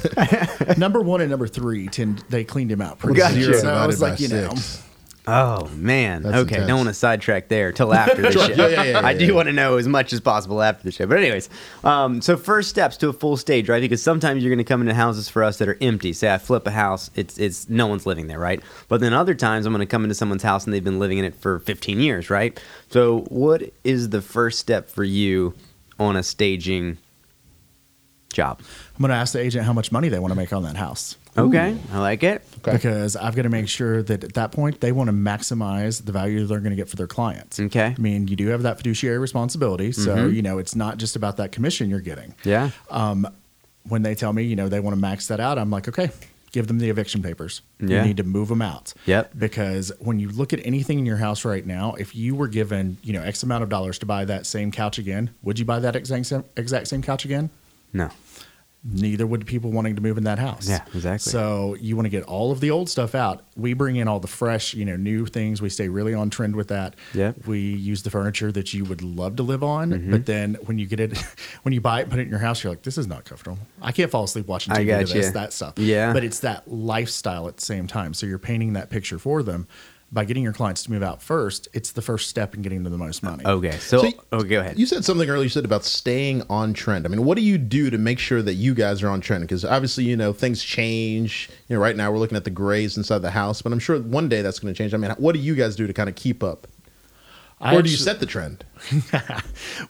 Speaker 3: number one and number three. Tend, they cleaned him out pretty
Speaker 1: Gotcha.
Speaker 3: good.
Speaker 1: Zero
Speaker 3: So I
Speaker 4: divided
Speaker 3: was
Speaker 4: by
Speaker 3: like, you know,
Speaker 4: six.
Speaker 1: Oh man.
Speaker 4: That's
Speaker 1: okay. Don't
Speaker 4: intense.
Speaker 1: want to sidetrack there till
Speaker 4: (laughs)
Speaker 1: after the show.
Speaker 4: yeah, yeah, yeah,
Speaker 1: I
Speaker 4: yeah,
Speaker 1: do
Speaker 4: yeah.
Speaker 1: want to know as much as possible after the show. But anyways, um, so first steps to a full stage, right? Because sometimes you're going to come into houses for us that are empty. Say I flip a house, it's it's no one's living there, right? But then other times I'm going to come into someone's house and they've been living in it for 15 years, right? So what is the first step for you on a staging job?
Speaker 3: I'm going to ask the agent how much money they want to make on that house.
Speaker 1: Okay, I like it.
Speaker 3: Because I've got to make sure that at that point they want to maximize the value they're going to get for their clients.
Speaker 1: Okay. Mm-hmm.
Speaker 3: I mean, you do have that fiduciary responsibility. So, you know, it's not just about that commission you're getting.
Speaker 1: Yeah.
Speaker 3: when they tell me, you know, they want to max that out, I'm like, okay, give them the eviction papers.
Speaker 1: Yeah.
Speaker 3: You need to move them out.
Speaker 1: Yep.
Speaker 3: Because when you look at anything in your house right now, if you were given, you know, X amount of dollars to buy that same couch again, would you buy that exact same, exact same couch again?
Speaker 1: no.
Speaker 3: neither would people wanting to move in that house.
Speaker 1: Yeah, exactly.
Speaker 3: So you want to get all of the old stuff out. We bring in all the fresh, you know, new things. We stay really on trend with that.
Speaker 1: Yep. Mm-hmm.
Speaker 3: We use the furniture that you would love to live on, but then when you get it, (laughs) when you buy it, put it in your house, you're like, this is not comfortable. I can't fall asleep watching
Speaker 1: I
Speaker 3: TV to
Speaker 1: gotcha.
Speaker 3: this, that stuff.
Speaker 1: Yeah.
Speaker 3: But it's that lifestyle at the same time. So you're painting that picture for them. By getting your clients to move out first, it's the first step in getting them the most money.
Speaker 1: Okay. So,
Speaker 4: So you-
Speaker 1: oh, go ahead.
Speaker 4: You said something earlier. You said about staying on trend. I mean, what do you do to make sure that you guys are on trend? Because obviously, you know, things change. You know, right now we're looking at the grays inside the house, but I'm sure one day that's going to change. I mean, what do you guys do to kind of keep up,
Speaker 3: I
Speaker 4: or do you
Speaker 3: actually-
Speaker 4: set the trend?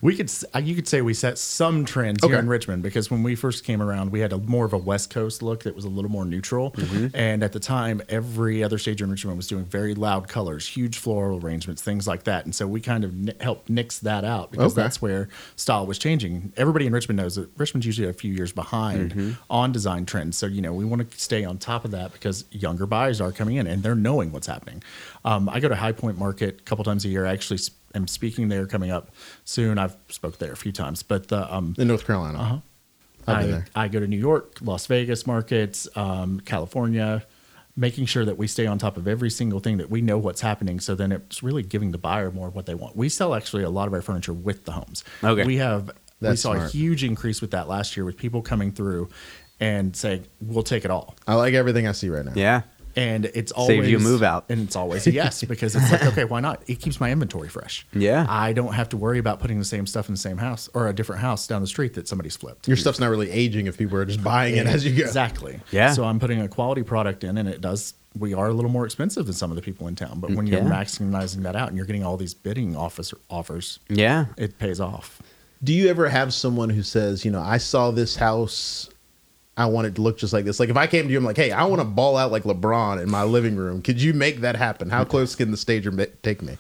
Speaker 3: we could s- uh, you could say we set some trends here
Speaker 4: Okay.
Speaker 3: in Richmond because when we first came around, we had a more of a West Coast look that was a little more neutral. And at the time, every other stage in Richmond was doing very loud colors, huge floral arrangements, things like that. And so we kind of ni helped nix that out because
Speaker 4: Okay.
Speaker 3: that's where style was changing. Everybody in Richmond knows that Richmond's usually a few years behind on design trends. So you know we want to stay on top of that because younger buyers are coming in and they're knowing what's happening. Um, I go to High Point Market a couple times a year. I actually. Sp- am speaking there coming up soon. I've spoke there a few times, but the um,
Speaker 4: In North Carolina, uh-huh. I've been
Speaker 3: I,
Speaker 4: there.
Speaker 3: I go to New York, Las Vegas markets, um, California, making sure that we stay on top of every single thing that we know what's happening. So then it's really giving the buyer more of what they want. We sell actually a lot of our furniture with the homes.
Speaker 1: Okay.
Speaker 3: We have we
Speaker 4: That's
Speaker 3: saw a
Speaker 4: smart.
Speaker 3: huge increase with that last year with people coming through and saying we'll take it all.
Speaker 4: I like everything I see right now.
Speaker 1: Yeah.
Speaker 3: And it's always
Speaker 1: Saves you a move out.
Speaker 3: and it's always
Speaker 1: (laughs)
Speaker 3: a yes because it's like okay, why not? It keeps my inventory fresh.
Speaker 1: Yeah.
Speaker 3: I don't have to worry about putting the same stuff in the same house or a different house down the street that somebody's flipped.
Speaker 4: Your stuff's not really aging if people are just buying it as you go.
Speaker 3: Exactly.
Speaker 1: Yeah.
Speaker 3: So I'm putting a quality product in, and it does. We are a little more expensive than some of the people in town, but when you're
Speaker 1: Yeah.
Speaker 3: maximizing that out and you're getting all these bidding office offers,
Speaker 1: Yeah.
Speaker 3: it pays off.
Speaker 4: Do you ever have someone who says, you know, I saw this house, I want it to look just like this? Like if I came to you, I'm like, hey, I want to ball out like LeBron in my living room. Could you make that happen? How close can the stager ma- take me?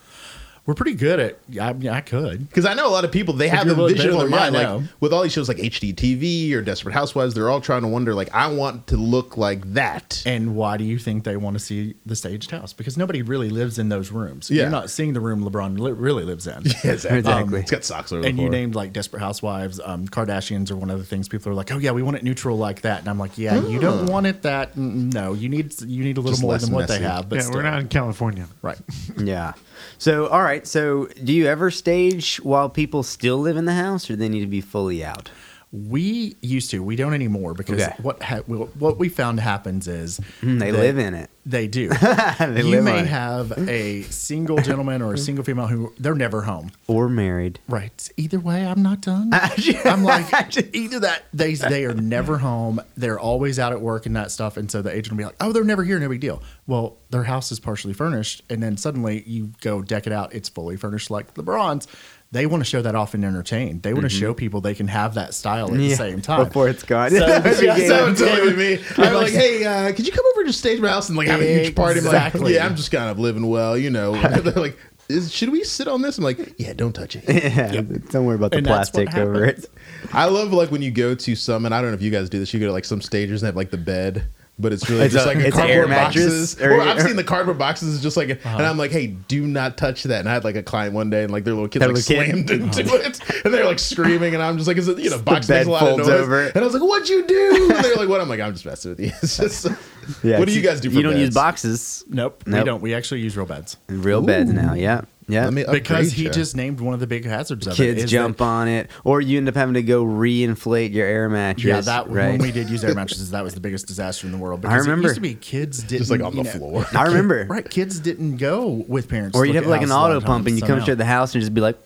Speaker 3: We're pretty good at. I mean, I could.
Speaker 4: Because I know a lot of people they have
Speaker 3: you're
Speaker 4: the
Speaker 3: really
Speaker 4: vision in their
Speaker 3: bitter, yeah,
Speaker 4: mind,
Speaker 3: I
Speaker 4: like
Speaker 3: know.
Speaker 4: with all these shows like HDTV or Desperate Housewives, they're all trying to wonder, like, I want to look like that.
Speaker 3: And why do you think they want to see the staged house? Because nobody really lives in those rooms.
Speaker 4: Yeah.
Speaker 3: You're not seeing the room LeBron li- really lives in.
Speaker 1: Exactly.
Speaker 4: (laughs) it's got socks over.
Speaker 3: And
Speaker 4: the
Speaker 3: you
Speaker 4: floor.
Speaker 3: named like Desperate Housewives, um, Kardashians are one of the things people are like, oh yeah, we want it neutral like that, and I'm like, yeah, you don't want it that. Mm, No, you need you need a little
Speaker 4: Hmm. Just
Speaker 3: more
Speaker 4: less
Speaker 3: than what they
Speaker 4: messy.
Speaker 3: have. But
Speaker 5: yeah,
Speaker 3: still.
Speaker 5: we're not in California.
Speaker 3: right.
Speaker 1: Yeah. So, all right. So, do you ever stage while people still live in the house, or they need to be fully out?
Speaker 3: We used to. We don't anymore because
Speaker 1: Okay.
Speaker 3: what ha- what we found happens is
Speaker 1: They
Speaker 3: that
Speaker 1: live in it.
Speaker 3: They do.
Speaker 1: (laughs) They
Speaker 3: you
Speaker 1: live on
Speaker 3: may
Speaker 1: it.
Speaker 3: have a single gentleman or a single female who they're never home.
Speaker 1: or married.
Speaker 3: Right. Either way, I'm
Speaker 1: (laughs)
Speaker 3: not done. I'm like either that they they are never home. They're always out at work and that stuff. And so the agent will be like, "Oh, they're never here. No big deal." Well, their house is partially furnished, and then suddenly you go deck it out. It's fully furnished like LeBron's. They want to show that off and entertain. They want to show people they can have that style at the
Speaker 1: Mm-hmm. Yeah,
Speaker 3: same time.
Speaker 1: before it's gone. (laughs)
Speaker 3: So,
Speaker 1: That would be
Speaker 3: yeah,
Speaker 1: good.
Speaker 3: so-
Speaker 4: Someone told me. I'm like,
Speaker 3: like-
Speaker 4: hey, uh, could you come over to stage my house and like have a huge party? I'm like,
Speaker 3: Exactly.
Speaker 4: yeah, I'm just kind of living well, you know. (laughs) They're like, is, should we sit on this? I'm like, yeah, don't touch it.
Speaker 1: (laughs) Yeah. Don't worry about the
Speaker 3: And that's what
Speaker 1: plastic over it.
Speaker 4: I love like when you go to some, and I don't know if you guys do this. You go to like some stagers and have like the bed. But it's really
Speaker 1: It's
Speaker 4: just
Speaker 1: a-
Speaker 4: like a
Speaker 1: it's an
Speaker 4: cardboard
Speaker 1: air mattress
Speaker 4: boxes. Or,
Speaker 1: or- Uh-huh.
Speaker 4: I've seen the cardboard boxes is just like, and I'm like, hey, do not touch that. And I had like a client one day, and like their little kids
Speaker 1: Their
Speaker 4: like
Speaker 1: little kid. Uh-huh.
Speaker 4: slammed into it, and they're like screaming, and I'm just like, is it you know, box
Speaker 1: bed
Speaker 4: makes a lot of
Speaker 1: folds
Speaker 4: noise.
Speaker 1: over.
Speaker 4: And I was like, what'd you do? And they're like, what? I'm like, I'm just messing with you. (laughs) It's just,
Speaker 1: (laughs)
Speaker 4: what do
Speaker 1: it's-
Speaker 4: you guys do? For
Speaker 1: You don't use
Speaker 4: beds?
Speaker 1: boxes.
Speaker 3: Nope,
Speaker 1: Nope.
Speaker 3: we don't. We actually use real beds
Speaker 1: Real beds now. Yeah. Yeah.
Speaker 4: Let me upgrade
Speaker 3: because he
Speaker 4: ya.
Speaker 3: just named one of the big hazards of it.
Speaker 1: Kids
Speaker 3: is
Speaker 1: jump
Speaker 3: that-
Speaker 1: on it, or you end up having to go re-inflate your air mattress.
Speaker 3: Yeah, that
Speaker 1: right.
Speaker 3: when we did use air mattresses, that was the biggest disaster in the world. Because
Speaker 1: remember.
Speaker 3: it used to be kids didn't
Speaker 4: just like on
Speaker 3: you know-
Speaker 4: the floor.
Speaker 1: I remember.
Speaker 3: Right, kids didn't go with parents.
Speaker 1: Or
Speaker 3: to
Speaker 1: you'd
Speaker 3: look
Speaker 1: have
Speaker 3: at
Speaker 1: like an
Speaker 3: houses a lot
Speaker 1: auto
Speaker 3: of
Speaker 1: pump,
Speaker 3: times,
Speaker 1: and you
Speaker 3: so
Speaker 1: come
Speaker 3: now-
Speaker 1: to the house and just be like,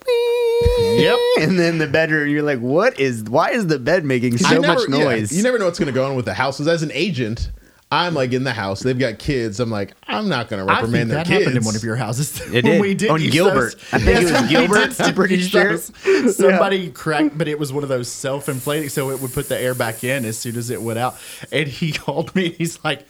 Speaker 1: yep. (laughs) And then the bedroom, you're like, what is? Why is the bed making
Speaker 4: I
Speaker 1: so
Speaker 4: never-
Speaker 1: much
Speaker 4: yeah,
Speaker 1: noise?
Speaker 4: you never know what's going to go on with the houses. As an agent, I'm like in the house. They've got kids. I'm like, I'm not going to
Speaker 3: I think
Speaker 4: reprimand their
Speaker 3: that
Speaker 4: kids.
Speaker 3: happened in one of your houses.
Speaker 1: It
Speaker 3: (laughs) when
Speaker 1: did.
Speaker 3: We did
Speaker 1: On
Speaker 3: use
Speaker 1: Gilbert.
Speaker 3: those-
Speaker 1: I think it was
Speaker 3: (laughs) Yes, we
Speaker 1: Gilbert,
Speaker 3: did
Speaker 1: I'm pretty
Speaker 3: use
Speaker 1: sure. (laughs)
Speaker 3: those. Somebody cracked, but it was one of those self-inflating, so it would put the air back in as soon as it went out. And he (laughs) called me. and He's like.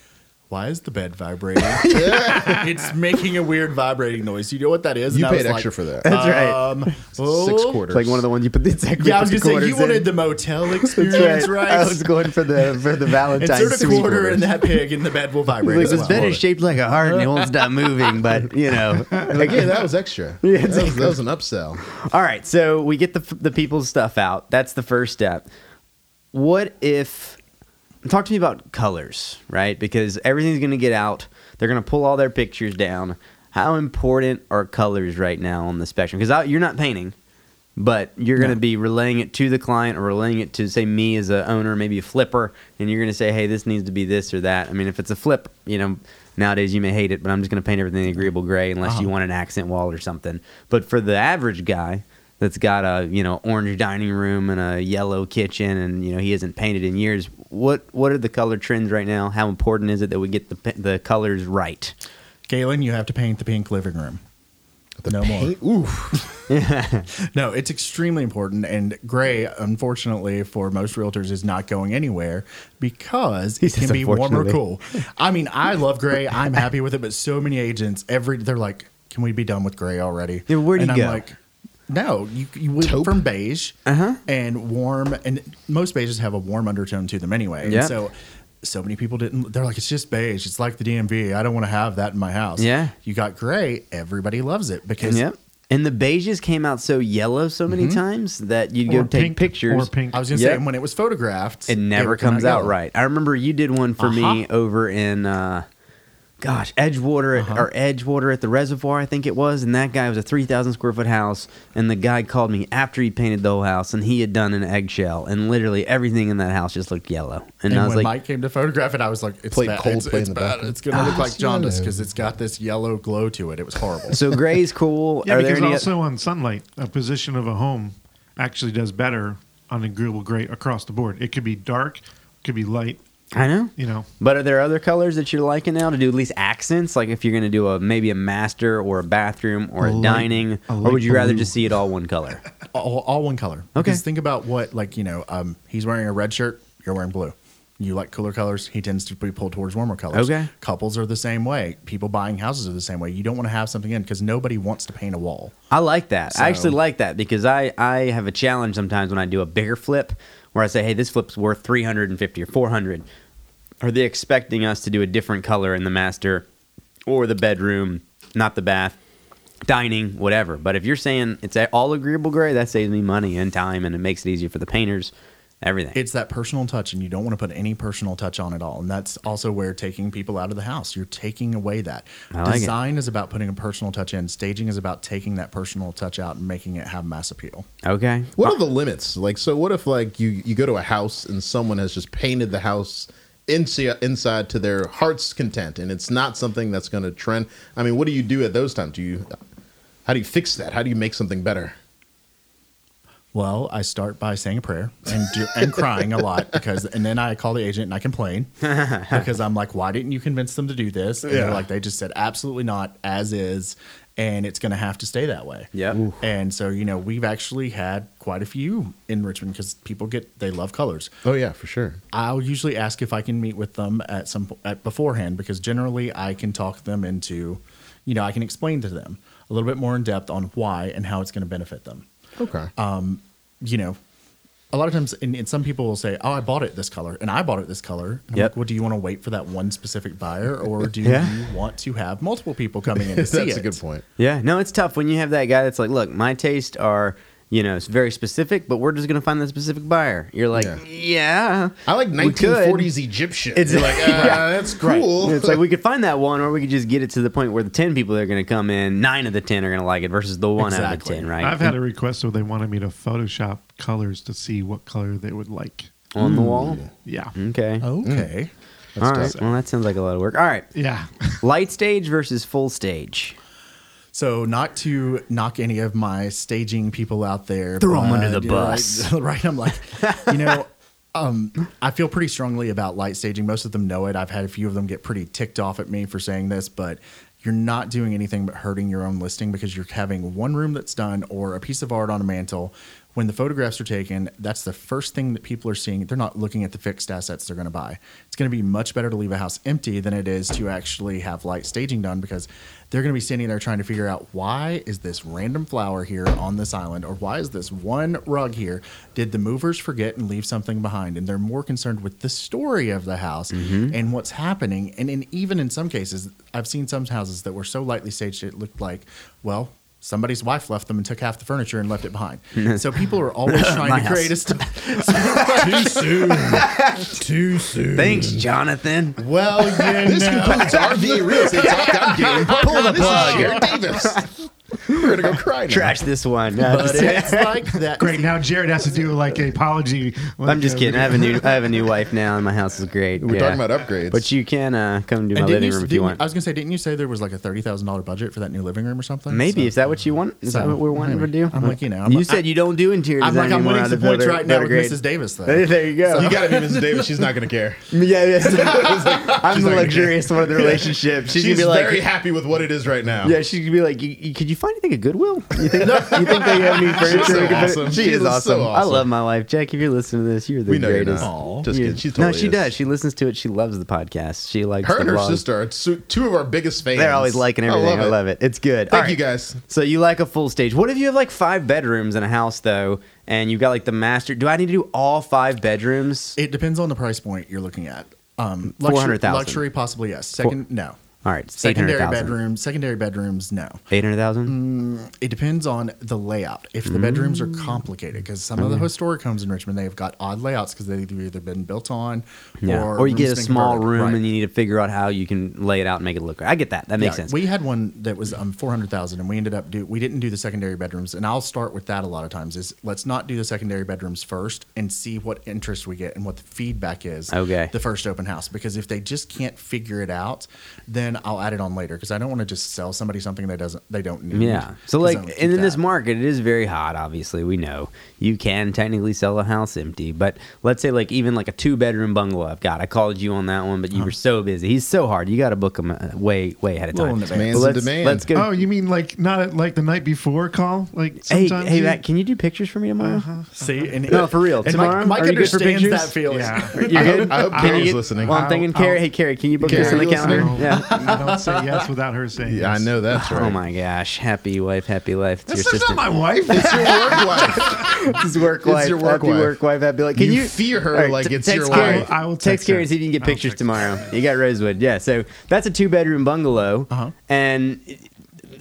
Speaker 3: Why is the bed vibrating?
Speaker 4: (laughs)
Speaker 3: it's making a weird vibrating noise. You know what that is?
Speaker 4: You
Speaker 3: And I was
Speaker 4: paid
Speaker 3: like,
Speaker 4: extra for that. uh,
Speaker 1: That's right.
Speaker 3: Um,
Speaker 4: Six
Speaker 3: oh,
Speaker 4: quarters.
Speaker 1: It's like one of the ones you put the exactly.
Speaker 3: Yeah, I was
Speaker 1: put
Speaker 3: gonna
Speaker 1: the
Speaker 3: say you
Speaker 1: quarters in.
Speaker 3: wanted the
Speaker 1: (laughs)
Speaker 3: motel
Speaker 1: That's
Speaker 3: experience,
Speaker 1: right.
Speaker 3: right?
Speaker 1: I was going for the for the Valentine's
Speaker 3: Insert a
Speaker 1: sweet.
Speaker 3: quarter in that pig, and the bed will
Speaker 1: (laughs)
Speaker 3: vibrate.
Speaker 1: Like,
Speaker 3: as
Speaker 1: this
Speaker 3: well.
Speaker 1: bed is shaped like a heart and it won't stop moving, but you
Speaker 3: (laughs)
Speaker 1: know.
Speaker 4: like, yeah, (laughs) that was extra.
Speaker 1: (laughs) Yeah,
Speaker 4: that, was, that was an upsell.
Speaker 1: All right, so we get the the people's stuff out. That's the first step. What if? Talk to me about colors, right? Because everything's going to get out. They're going to pull all their pictures down. How important are colors right now on the spectrum? Because you're not painting, but you're going to be relaying it to the client or relaying it to, say, me as a owner, maybe a flipper, and you're going to say, hey, this needs to be this or that. I mean, if it's a flip, you know, nowadays you may hate it, but I'm just going to paint everything agreeable gray unless
Speaker 5: Uh-huh.
Speaker 1: you want an accent wall or something. But for the average guy that's got a, you know, orange dining room and a yellow kitchen and, you know, he hasn't painted in years, what what are the color trends right now? How important is it that we get the, pa- the colors right?
Speaker 3: Galen, you have to paint the pink living room. no more.
Speaker 1: (laughs)
Speaker 3: Oof. no, it's extremely important. And gray, unfortunately, for most realtors, is not going anywhere because it
Speaker 1: says
Speaker 3: can be warm or
Speaker 1: unfortunately.
Speaker 3: cool. I mean, I love gray. I'm happy with it, but so many agents, every they're like, "Can we be done with gray already?"
Speaker 1: Yeah, where do
Speaker 3: and
Speaker 1: you
Speaker 3: I'm
Speaker 1: go?
Speaker 3: like, no, you, you went
Speaker 4: Taupe?
Speaker 3: from beige
Speaker 1: Uh-huh.
Speaker 3: and warm, and most beiges have a warm undertone to them anyway.
Speaker 1: Yeah.
Speaker 3: And so, so many people didn't. They're like, it's just beige. It's like the DMV. I don't want to have that in my house.
Speaker 1: Yeah.
Speaker 3: You got gray. Everybody loves it because
Speaker 1: Yep. And the beiges came out so yellow so many times that you'd go
Speaker 5: Mm-hmm. Or
Speaker 1: take
Speaker 5: pink,
Speaker 1: pictures.
Speaker 5: or pink.
Speaker 3: I was gonna
Speaker 1: Yeah.
Speaker 3: say and when it was photographed,
Speaker 1: It never
Speaker 3: would come
Speaker 1: comes out
Speaker 3: yellow.
Speaker 1: right. I remember you did one for me
Speaker 5: Uh-huh.
Speaker 1: over in, uh, gosh, Edgewater at,
Speaker 5: Uh-huh.
Speaker 1: or Edgewater at the reservoir, I think it was. And that guy was a 3,000 square foot house. And the guy called me after he painted the whole house and he had done an eggshell. And literally everything in that house just looked yellow. And,
Speaker 3: And
Speaker 1: I was
Speaker 3: when
Speaker 1: like,
Speaker 3: Mike came to photograph it, I was like, "It's
Speaker 4: Played
Speaker 3: bad. it's,
Speaker 4: Coldplay in
Speaker 3: it's
Speaker 4: the
Speaker 3: bad.
Speaker 4: background.
Speaker 3: It's gonna
Speaker 1: Oh,
Speaker 3: look like
Speaker 4: it's
Speaker 3: jaundice
Speaker 4: yellow.
Speaker 3: because it's got this yellow glow to it. It was horrible."
Speaker 1: so
Speaker 5: (laughs)
Speaker 1: gray's cool.
Speaker 5: Yeah,
Speaker 1: Are there
Speaker 5: because
Speaker 1: any
Speaker 5: also on sunlight, a position of a home actually does better on a Google Gray across the board. It could be dark, could be light,
Speaker 1: I know.
Speaker 5: you know.
Speaker 1: But are there other colors that you're liking now to do at least accents? Like if you're going to do a maybe a master or a bathroom or a,
Speaker 5: A light-
Speaker 1: dining,
Speaker 5: a
Speaker 1: or
Speaker 5: light
Speaker 1: would you rather
Speaker 5: blue.
Speaker 1: just see it all one color?
Speaker 3: all, all one color. Okay. Because think about what, like, you know, um, he's wearing a red shirt, you're wearing blue. You like cooler colors, he tends to be pulled towards warmer colors.
Speaker 1: Okay.
Speaker 3: Couples are the same way. People buying houses are the same way. You don't want to have something in because nobody wants to paint a wall.
Speaker 1: I like that. I actually
Speaker 3: So-
Speaker 1: like that because I, I have a challenge sometimes when I do a bigger flip where I say, hey, this flip's worth 350 or 400. Are they expecting us to do a different color in the master or the bedroom, not the bath, dining, whatever? But if you're saying it's a- all agreeable gray, that saves me money and time and it makes it easier for the painters, everything.
Speaker 3: It's that personal touch, and you don't want to put any personal touch on at all. And that's also where taking people out of the house, you're taking away that.
Speaker 1: I like it.
Speaker 3: Design is about putting a personal touch in, staging is about taking that personal touch out and making it have mass appeal.
Speaker 1: okay.
Speaker 4: What are the limits? Like, so what if like you you go to a house and someone has just painted the house inside inside to their heart's content, and it's not something that's going to trend? I mean, what do you do at those times? Do you how do you fix that? How do you make something better?
Speaker 3: Well, I start by saying a prayer and do, and crying a lot because, and then I call the agent and I complain because I'm like, why didn't you convince them to do this? And they're
Speaker 4: Yeah.
Speaker 3: like, they just said absolutely not, as is, and it's going to have to stay that way.
Speaker 1: Yep. Oof.
Speaker 3: And so you know, we've actually had quite a few in Richmond because people get they love colors.
Speaker 4: Oh yeah, for sure.
Speaker 3: I'll usually ask if I can meet with them at some po- at beforehand because generally I can talk them into, you know, I can explain to them a little bit more in depth on why and how it's going to benefit them
Speaker 4: Okay.
Speaker 1: Um,
Speaker 3: you know, a lot of times, and, and some people will say, "Oh, I bought it this color, and I bought it this color." And I'm
Speaker 1: Yep.
Speaker 3: like, well, do you want to wait for that one specific buyer, or
Speaker 4: (laughs)
Speaker 3: do
Speaker 1: Yeah.
Speaker 3: you want to have multiple people coming in to
Speaker 4: that's
Speaker 3: see it?
Speaker 4: a good point.
Speaker 1: Yeah, no, it's tough when you have that guy that's like, look, my tastes are, you know, it's very specific, but we're just gonna find that specific buyer. You're like, yeah,
Speaker 4: Yeah. I like
Speaker 1: we could."
Speaker 4: 1940s Egyptian.
Speaker 1: It's-
Speaker 4: It's like, uh,
Speaker 1: (laughs) Yeah.
Speaker 4: that's cool.
Speaker 1: It's
Speaker 4: (laughs)
Speaker 1: like we could find that one, or we could just get it to the point where the ten people that are gonna come in, nine of the ten are gonna like it versus the one out of the
Speaker 3: Exactly.
Speaker 1: ten, right?
Speaker 5: I've had a request where they wanted me to Photoshop colors to see what color they would like.
Speaker 1: on the
Speaker 4: Hmm.
Speaker 1: wall.
Speaker 5: Yeah.
Speaker 1: Okay.
Speaker 4: Oh,
Speaker 3: Okay,
Speaker 1: All right. Well, that sounds like a lot of work. All right.
Speaker 4: (laughs)
Speaker 5: Yeah.
Speaker 1: Light stage versus full stage.
Speaker 3: so not to knock any of my staging people out there,
Speaker 1: Throw 'em under
Speaker 3: but,
Speaker 1: the
Speaker 3: you know, like-
Speaker 1: bus.
Speaker 3: right? (laughs) I'm like, you know. (laughs) Um, I feel pretty strongly about light staging. Most of them know it. I've had a few of them get pretty ticked off at me for saying this, but you're not doing anything but hurting your own listing because you're having one room that's done or a piece of art on a mantle. When the photographs are taken, that's the first thing that people are seeing. They're not looking at the fixed assets they're going to buy. It's going to be much better to leave a house empty than it is to actually have light staging done because they're going to be standing there trying to figure out why is this random flower here on this island or why is this one rug here? Did the movers forget and leave something behind? And they're more concerned with the story of the house
Speaker 1: Mm-hmm.
Speaker 3: and what's happening. And in, even in some cases, I've seen some houses that were so lightly staged it looked like, well, somebody's wife left them and took half the furniture and left
Speaker 1: (laughs)
Speaker 3: it behind. so people are always
Speaker 1: My
Speaker 3: trying to
Speaker 1: house.
Speaker 3: create a
Speaker 1: (laughs)
Speaker 3: st-
Speaker 4: Too soon.
Speaker 1: Thanks, Jonathan.
Speaker 4: Well, you this concludes RV real estate talk. I'm
Speaker 1: (laughs)
Speaker 4: getting pull the plug. Jared Davis. We're gonna go cry. Now.
Speaker 1: Trash this one.
Speaker 3: but it's like
Speaker 1: (laughs)
Speaker 3: that.
Speaker 6: Great. Now Jared has to do like an apology.
Speaker 1: I'm just
Speaker 6: like, uh,
Speaker 1: kidding. I have a new I have a new wife now, and my house is great.
Speaker 4: We're
Speaker 1: Yeah.
Speaker 4: talking about upgrades.
Speaker 1: But you can uh, come to my
Speaker 3: And didn't
Speaker 1: living
Speaker 3: you-
Speaker 1: room if you
Speaker 3: didn't-
Speaker 1: want.
Speaker 3: I was gonna say, didn't you say there was like a thirty thousand dollar budget for that new living room or something?
Speaker 1: Maybe
Speaker 3: So-
Speaker 1: is that what you want? Is that
Speaker 3: So,
Speaker 1: what we're wanting to do?
Speaker 3: I'm like, you know, I'm
Speaker 1: you
Speaker 3: like-
Speaker 1: said you don't do interior
Speaker 3: I'm
Speaker 1: design
Speaker 3: like, I'm
Speaker 1: anymore
Speaker 3: winning
Speaker 1: out
Speaker 3: some
Speaker 1: of
Speaker 3: points
Speaker 1: better-
Speaker 3: right now
Speaker 1: better
Speaker 3: with
Speaker 1: grade.
Speaker 3: Mrs. Davis, though.
Speaker 1: (laughs) Hey, There you go.
Speaker 4: you gotta be Mrs. Davis. She's not gonna care.
Speaker 1: yeah, yeah. I'm the luxurious one of the relationship. She's,
Speaker 4: She's,
Speaker 1: gonna be like,
Speaker 4: very happy with what it is right now.
Speaker 1: yeah, she's gonna be like, you, you- could you find anything at Goodwill? You think you think they have any furniture?
Speaker 4: so
Speaker 1: we could put-
Speaker 4: awesome.
Speaker 1: She,
Speaker 4: She
Speaker 1: is
Speaker 4: is so
Speaker 1: awesome. I
Speaker 4: awesome.
Speaker 1: love my wife, Jack. If you're listening to this, you're the
Speaker 4: we know you're
Speaker 1: greatest.
Speaker 4: not. Just
Speaker 1: Yeah.
Speaker 4: kidding. She totally
Speaker 1: no, she
Speaker 4: is.
Speaker 1: does. She listens to it. She loves the podcast. She likes
Speaker 4: Her
Speaker 1: the
Speaker 4: and her
Speaker 1: blog.
Speaker 4: sister are two two of our biggest fans.
Speaker 1: They're always liking everything. I love, it. It's good.
Speaker 4: Thank
Speaker 1: All
Speaker 4: you
Speaker 1: right.
Speaker 4: guys.
Speaker 1: So you like a full stage. What if you have like five bedrooms in a house though, and you've got like the master? Do I need to do all five bedrooms?
Speaker 3: It depends on the price point you're looking at. Um, luxury,
Speaker 1: 400,000.
Speaker 3: luxury, possibly yes. Second, no.
Speaker 1: All right, it's
Speaker 3: Secondary Mm,
Speaker 1: 800,000.
Speaker 3: bedrooms, secondary bedrooms, no.
Speaker 1: 800,000?
Speaker 3: It depends on the layout. If the bedrooms are complicated, because some
Speaker 1: Mm.
Speaker 3: of the historic homes in Richmond, they've got odd layouts because they've either been built on
Speaker 1: Yeah.
Speaker 3: or
Speaker 1: Or, you get a
Speaker 3: rooms been
Speaker 1: small
Speaker 3: converted.
Speaker 1: room
Speaker 3: Right.
Speaker 1: and you need to figure out how you can lay it out and make it look. I get that. That makes
Speaker 3: Yeah,
Speaker 1: sense.
Speaker 3: We had one that was um, four hundred thousand, and we ended up do we didn't do the secondary bedrooms, and I'll start with that a lot of times is let's not do the secondary bedrooms first and see what interest we get and what the feedback is.
Speaker 1: Okay.
Speaker 3: The first open house because if they just can't figure it out, then I'll add it on later because I don't want to just sell somebody something that doesn't they don't need.
Speaker 1: Yeah. So
Speaker 3: 'cause
Speaker 1: like,
Speaker 3: I would keep
Speaker 1: and in this
Speaker 3: that.
Speaker 1: market, it is very hot. Obviously, we know you can technically sell a house empty, but let's say like even like a two bedroom bungalow. I've got. I called you on that one, but you were so busy. He's so hard. You got to book him uh, way way ahead of
Speaker 3: Uh-huh.
Speaker 1: time.
Speaker 3: Well, in advance.
Speaker 1: But
Speaker 4: Man's in
Speaker 1: let's,
Speaker 4: demand.
Speaker 1: let's go.
Speaker 5: Oh, you mean like not at, like the night before call? Like
Speaker 1: hey,
Speaker 5: sometimes
Speaker 1: hey,
Speaker 5: you- Uh-huh.
Speaker 1: Matt, can you do pictures for me tomorrow?
Speaker 3: see and
Speaker 1: No, for real.
Speaker 3: And
Speaker 1: Tomorrow?
Speaker 3: Mike, Mike
Speaker 1: Are you good for
Speaker 3: understands
Speaker 1: pictures?
Speaker 3: that feeling.
Speaker 1: (laughs)
Speaker 5: Yeah.
Speaker 1: You're good.
Speaker 4: I hope
Speaker 1: Can
Speaker 4: Carrie's
Speaker 1: you get-
Speaker 4: listening.
Speaker 1: Well, I'm thinking,
Speaker 5: I'll-
Speaker 1: Carrie. Hey, Carrie, can you book this
Speaker 4: Carrie,
Speaker 1: on the
Speaker 4: you listening?
Speaker 1: calendar?
Speaker 5: (laughs)
Speaker 1: Yeah.
Speaker 5: I don't say yes without her saying
Speaker 4: Yeah, I
Speaker 5: yes.
Speaker 4: know that's right.
Speaker 1: Oh my gosh! Happy wife, happy life. It's
Speaker 5: That's
Speaker 1: your
Speaker 5: not
Speaker 1: sister.
Speaker 5: my wife.
Speaker 4: It's your work wife.
Speaker 1: This is work
Speaker 4: It's
Speaker 1: life.
Speaker 4: your work
Speaker 1: happy
Speaker 4: wife.
Speaker 1: work wife. Happy life. Can
Speaker 4: You
Speaker 1: you,
Speaker 4: fear her
Speaker 1: All
Speaker 4: like
Speaker 1: t-
Speaker 4: it's your
Speaker 1: text Carrie-
Speaker 4: wife.
Speaker 5: I will
Speaker 1: text
Speaker 5: text
Speaker 1: Carrie
Speaker 5: her.
Speaker 1: and see if you can get
Speaker 5: I will
Speaker 1: pictures
Speaker 5: text
Speaker 1: tomorrow. You got Rosewood, yeah. So that's a two bedroom bungalow,
Speaker 3: Uh-huh.
Speaker 1: and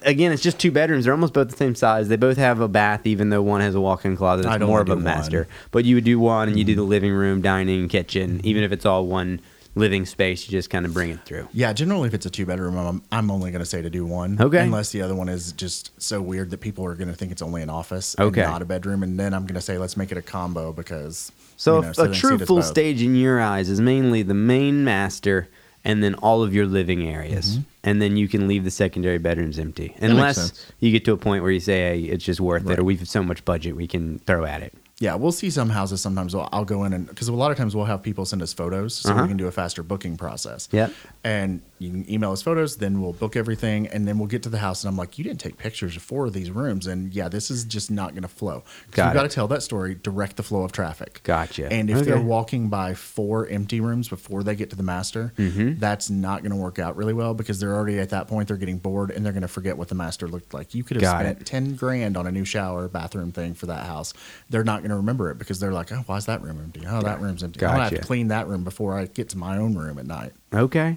Speaker 1: again, it's just two bedrooms. They're almost both the same size. They both have a bath, even though one has a walk-in closet.
Speaker 3: I
Speaker 1: It's
Speaker 3: don't
Speaker 1: more of
Speaker 3: wanna
Speaker 1: a
Speaker 3: do one.
Speaker 1: master, but you would do one, and you do the living room, dining, kitchen, even if it's all one living space. You just kind of bring it through.
Speaker 3: Yeah, generally, if it's a two bedroom, I'm, I'm only going to say to do one.
Speaker 1: Okay.
Speaker 3: Unless the other one is just so weird that people are going to think it's only an office
Speaker 1: Okay.
Speaker 3: and not a bedroom. And then I'm going to say, let's make it a combo because.
Speaker 1: So, a-
Speaker 3: you know,
Speaker 1: a
Speaker 3: they see
Speaker 1: true
Speaker 3: it as
Speaker 1: full
Speaker 3: both.
Speaker 1: stage in your eyes is mainly the main master and then all of your living
Speaker 5: Mm-hmm.
Speaker 1: areas. And then you can leave the secondary bedrooms empty. Unless
Speaker 4: sense.
Speaker 1: you get to a point where you say, hey, it's just worth it, or we've so much budget we can throw at it.
Speaker 3: Yeah, we'll see some houses sometimes. I'll, I'll go in and because a lot of times we'll have people send us photos so
Speaker 1: Uh-huh.
Speaker 3: we can do a faster booking process.
Speaker 1: Yep.
Speaker 3: And you can email us photos, then we'll book everything, and then we'll get to the house. And I'm like, you didn't take pictures of four of these rooms. And yeah, this is just not going to flow.
Speaker 1: Got
Speaker 3: Because
Speaker 1: it.
Speaker 3: you've got to tell that story, direct the flow of traffic.
Speaker 1: Gotcha.
Speaker 3: And if they're
Speaker 1: Okay.
Speaker 3: walking by four empty rooms before they get to the master,
Speaker 1: Mm-hmm.
Speaker 3: that's not going to work out really well because they're already at that point, they're getting bored and they're going to forget what the master looked like. You could have
Speaker 1: Got
Speaker 3: spent
Speaker 1: it.
Speaker 3: 10 grand on a new shower bathroom thing for that house. They're not going to remember it because they're like, oh, why is that room empty? Oh, that room's empty. I'm going to have
Speaker 1: Gotcha.
Speaker 3: to clean that room before I get to my own room at night.
Speaker 1: Okay.